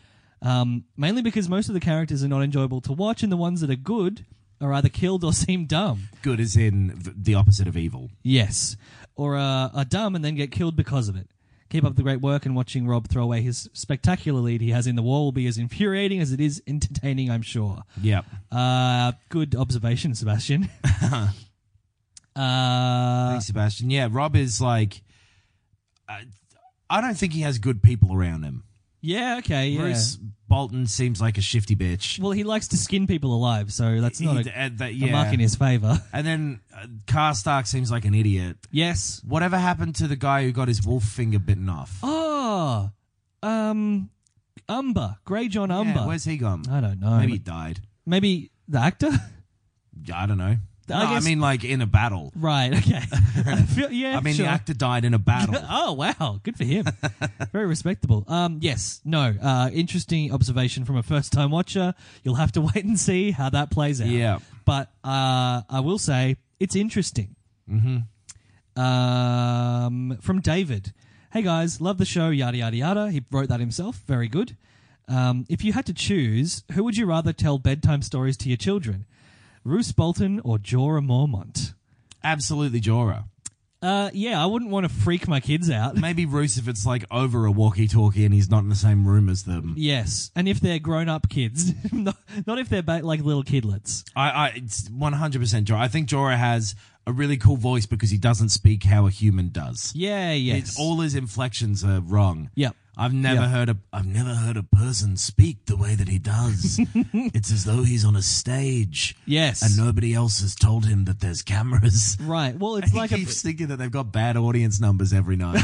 S1: um, mainly because most of the characters are not enjoyable to watch, and the ones that are good are either killed or [LAUGHS] seem dumb.
S2: Good is in v- the opposite of evil.
S1: Yes, or uh, are dumb and then get killed because of it. Keep up the great work, and watching Rob throw away his spectacular lead he has in the war will be as infuriating as it is entertaining, I'm sure.
S2: Yep.
S1: Uh, good observation,
S2: [LAUGHS]
S1: Sebastian. uh,
S2: Thanks, Sebastian. Yeah, Rob is like, I, I don't think he has good people around him.
S1: yeah, okay, yeah.
S2: Bruce Bolton seems like a shifty bitch.
S1: Well, he likes to skin people alive, so that's not
S2: He-
S1: a,
S2: uh, that-
S1: a mark in his
S2: [LAUGHS]
S1: favor.
S2: And then uh, Karstark seems like an idiot.
S1: yes.
S2: Whatever happened to the guy who got his wolf finger bitten off?
S1: Oh, um, Umber, Grey John
S2: Yeah,
S1: Umber.
S2: where's he gone?
S1: I don't know.
S2: Maybe he died.
S1: Maybe the actor. [LAUGHS]
S2: I don't know. No, I,
S1: guess-
S2: mean, like in a battle.
S1: right.
S2: [LAUGHS]
S1: Okay. [LAUGHS] I feel- yeah.
S2: I mean,
S1: sure.
S2: the actor died in a battle.
S1: [LAUGHS] Oh wow, good for him. Very respectable. Um, yes, no, uh, interesting observation from a first-time watcher. You'll have [LAUGHS] to wait and see how that plays out.
S2: Yeah.
S1: but uh, I will say it's interesting. Um, from David. Hey guys, love the show, yada, yada, yada. He wrote that himself. Very good. Um, if you had to choose, who would you rather tell bedtime stories to your children? Roose Bolton or Jorah Mormont?
S2: Absolutely Jorah.
S1: Uh, yeah, I wouldn't want to freak my kids out.
S2: Maybe Roos if it's like over a walkie-talkie and he's not in the same room as them.
S1: Yes, and if they're grown-up kids, [LAUGHS] not, not if they're ba- like little kidlets.
S2: I, I it's one hundred percent Jorah. I think Jorah has a really cool voice because he doesn't speak how a human does.
S1: Yeah, yes.
S2: It's all his inflections are wrong.
S1: Yep.
S2: I've never
S1: Yep.
S2: heard a I've never heard a person speak the way that
S1: [LAUGHS]
S2: he does. it's as though he's on a stage.
S1: Yes.
S2: And nobody else has told him that there's cameras.
S1: right.
S2: [LAUGHS]
S1: Well, it's like
S2: he
S1: a,
S2: keeps thinking that they've got bad audience numbers
S1: [LAUGHS]
S2: every night.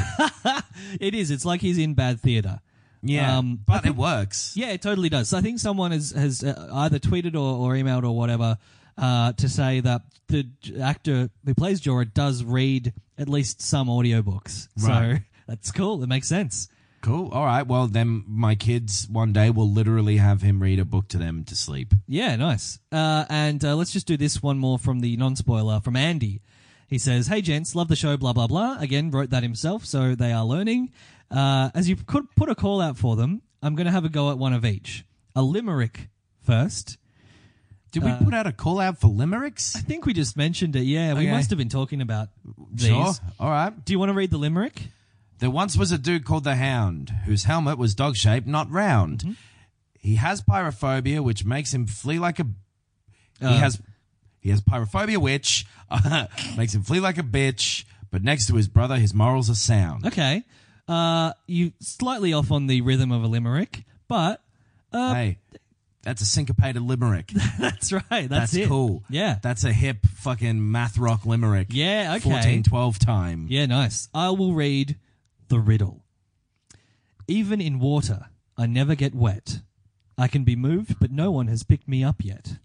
S1: it is. It's like he's in bad theater.
S2: yeah.
S1: Um, I
S2: but
S1: think-
S2: it works.
S1: Yeah, it totally does. So I think someone has, has uh, either tweeted or, or emailed or whatever uh, to say that the j- actor who plays Jorah does read at least some audiobooks. So
S2: Right.
S1: [LAUGHS] that's cool. That makes sense.
S2: Cool. All right. Well, then my kids one day will literally have him read a book to them to sleep.
S1: Yeah, nice. Uh, and uh, let's just do this one more from the non spoiler from Andy. He says, Hey, gents, love the show, blah, blah, blah. Again, wrote that himself, so they are learning. Uh, as you could put a call out for them, I'm going to have a go at one of each. A limerick first.
S2: Did we put out a call out for limericks?
S1: Uh, I think we just mentioned it. Yeah, we
S2: Okay.
S1: must have been talking about these.
S2: Sure. All right.
S1: Do you want to read the limerick?
S2: There once was a dude called the Hound, whose helmet was dog shaped, not round.
S1: Mm-hmm.
S2: He has pyrophobia, which makes him flee like a.
S1: Uh.
S2: he has, he has pyrophobia, which [LAUGHS] makes him flee like a bitch. But next to his brother, his morals are sound.
S1: Okay. Uh, you slightly off on the rhythm of a limerick, but [LAUGHS]
S2: hey, that's a syncopated limerick.
S1: that's right. That's,
S2: That's
S1: it.
S2: cool.
S1: Yeah.
S2: that's a hip fucking math rock limerick.
S1: Yeah, okay.
S2: fourteen twelve time.
S1: Yeah, nice. I will read the riddle. Even in water, I never get wet. I can be moved, but no one has picked me up yet.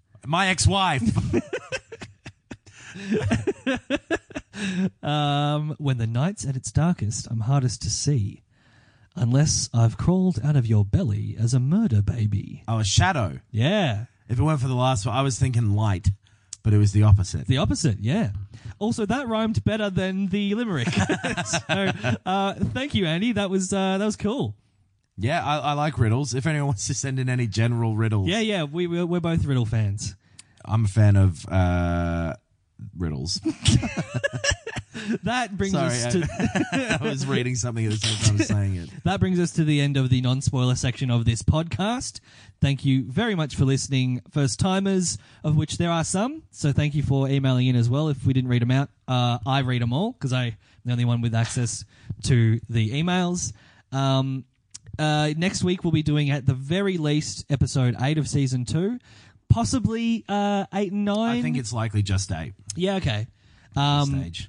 S1: [LAUGHS]
S2: My ex-wife.
S1: Um, when the night's at its darkest, I'm hardest to see. Unless I've crawled out of your belly as a murder baby.
S2: oh, a shadow.
S1: Yeah.
S2: If it weren't for the last one, I was thinking light, but it was the opposite.
S1: The opposite, yeah. Also, that rhymed better than the limerick. [LAUGHS] so, uh, thank you, Andy. That was uh, that was cool.
S2: Yeah, I, I like riddles. If anyone wants to send in any general riddles,
S1: Yeah, yeah. We we're, we're both riddle fans.
S2: I'm a fan of uh, riddles. [LAUGHS]
S1: That brings
S2: Sorry,
S1: us
S2: I-
S1: to
S2: I was reading something at the same time as saying it.
S1: that brings us to the end of the non-spoiler section of this podcast. Thank you very much for listening, first timers, of which there are some. So thank you for emailing in as well. If we didn't read them out, uh, I read them all because I'm the only one with access to the emails. Um, uh, next week we'll be doing at the very least episode eight of season two, possibly uh, eight and nine.
S2: I think it's likely just eight
S1: yeah, okay. Um,
S2: stage.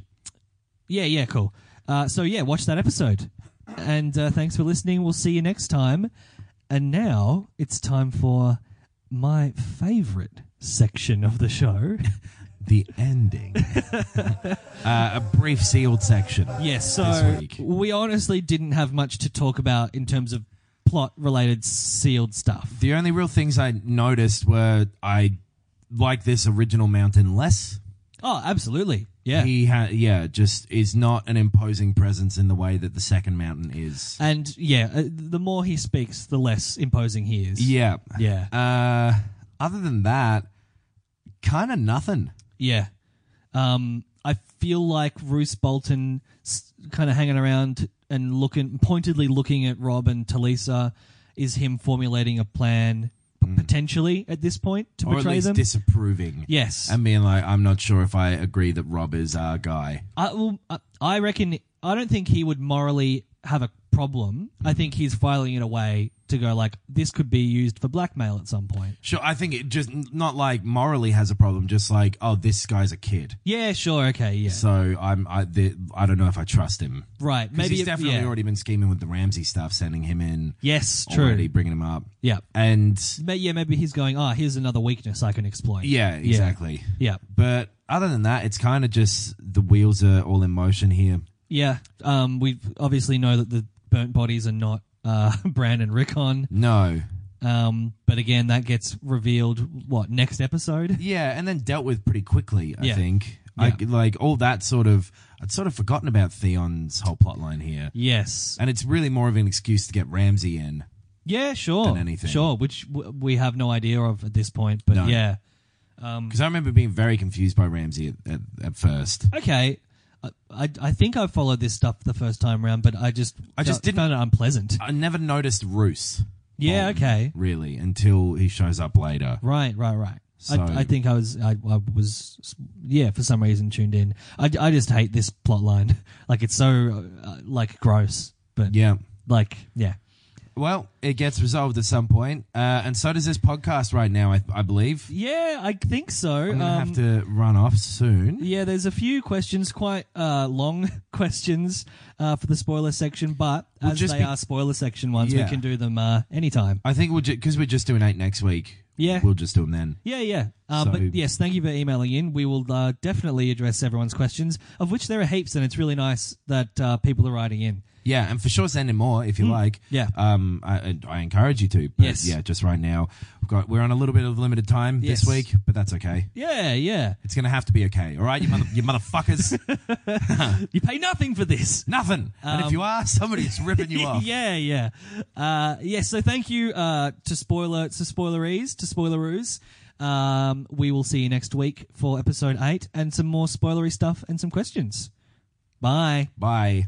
S1: yeah, yeah, cool. Uh, so yeah, watch that episode. And uh, thanks for listening. We'll see you next time. And now it's time for my favorite section of the
S2: [LAUGHS]
S1: show.
S2: The
S1: [LAUGHS]
S2: ending. [LAUGHS] uh, a brief sealed section.
S1: yes,
S2: This
S1: so
S2: week.
S1: we honestly didn't have much to talk about in terms of plot related sealed stuff.
S2: The only real things I noticed were I like this original mountain less.
S1: Oh, absolutely. Yeah.
S2: He ha- yeah, just is not an imposing presence in the way that the second mountain is.
S1: and yeah, uh, the more he speaks, the less imposing he is.
S2: Yeah.
S1: Yeah.
S2: Uh, other than that, kind of nothing.
S1: Yeah. Um, I feel like Roose Bolton kind of hanging around and looking, pointedly looking at Rob and Talisa is him formulating a plan p- potentially at this point to
S2: Mm. or at
S1: betray
S2: least
S1: them.
S2: disapproving.
S1: yes.
S2: And being like, I'm not sure if I agree that Rob is our guy.
S1: I, well, I- I reckon, I don't think he would morally have a problem.
S2: Mm.
S1: I think he's filing it away to go like, this could be used for blackmail at some point.
S2: Sure, I think it just not like morally has a problem, just like, oh, this guy's a kid.
S1: Yeah, sure. Okay. Yeah.
S2: So I'm, I, the, I don't know if I trust him.
S1: right.
S2: 'Cause
S1: Maybe
S2: he's
S1: it-
S2: definitely
S1: yeah.
S2: already been scheming with the Ramsey stuff, sending him in.
S1: Yes. True.
S2: Already bringing him up.
S1: Yeah.
S2: And
S1: But yeah, maybe he's going, ah, here's another weakness I can exploit.
S2: yeah, exactly.
S1: Yeah.
S2: But other than that, it's kind of just the wheels are all in motion here.
S1: Yeah. Um, we obviously know that the burnt bodies are not uh, [LAUGHS] Bran and Rickon.
S2: No.
S1: Um, but again, that gets revealed, what, next episode?
S2: Yeah, and then dealt with pretty quickly, I
S1: Yeah.
S2: think. I, like all that sort of. I'd sort of forgotten about Theon's whole plot line here,
S1: Yes.
S2: and it's really more of an excuse to get Ramsey in.
S1: Yeah, sure.
S2: than anything.
S1: Sure, which w- we have no idea of at this point, but
S2: No.
S1: yeah. Um,
S2: Because I remember being very confused by Ramsey at, at, at first.
S1: Okay. I, I, I think I followed this stuff the first time round, but I just
S2: I just
S1: felt-
S2: didn't- Oh.
S1: found it unpleasant.
S2: I never noticed Roos
S1: yeah, okay.
S2: really until he shows up later.
S1: Right, right, right.
S2: So-
S1: I, I think I was I, I was yeah for some reason tuned in. I, I just hate this plot line. [LAUGHS] Like it's so uh, like gross, but
S2: Yeah.
S1: like yeah.
S2: Well, it gets resolved at some point, uh, and so does this podcast right now. I, I believe
S1: Yeah, I think so.
S2: I'm gonna
S1: Um,
S2: have to run off soon.
S1: Yeah, there's a few questions, quite uh, long [LAUGHS] questions uh, for the spoiler section, but
S2: We'll
S1: as
S2: just
S1: they
S2: be-
S1: are spoiler section ones,
S2: Yeah.
S1: we can do them uh, anytime.
S2: I think we'll because we're just doing eight next week.
S1: Yeah.
S2: we'll just do them then.
S1: Yeah, yeah. Uh,
S2: So-
S1: but yes, thank you for emailing in. We will uh, definitely address everyone's questions, of which there are heaps, and it's really nice that uh, people are writing in.
S2: Yeah, and for sure, send in more if you like.
S1: Hmm. Yeah.
S2: um, I, I- I encourage you to. But
S1: Yes.
S2: yeah, just right now, we've got we're on a little bit of limited time
S1: Yes.
S2: this week, but that's okay.
S1: Yeah, yeah.
S2: It's gonna have to be okay. All right, you mother, you
S1: [LAUGHS]
S2: motherfuckers,
S1: You pay nothing for this.
S2: nothing. and if you are, somebody's ripping
S1: [LAUGHS]
S2: you off.
S1: Um, yeah, yeah. Uh, yeah, so thank you uh, to spoiler to spoileries, to spoileroos. Um, we will see you next week for episode 8 and some more spoilery stuff and some questions. Bye.
S2: Bye.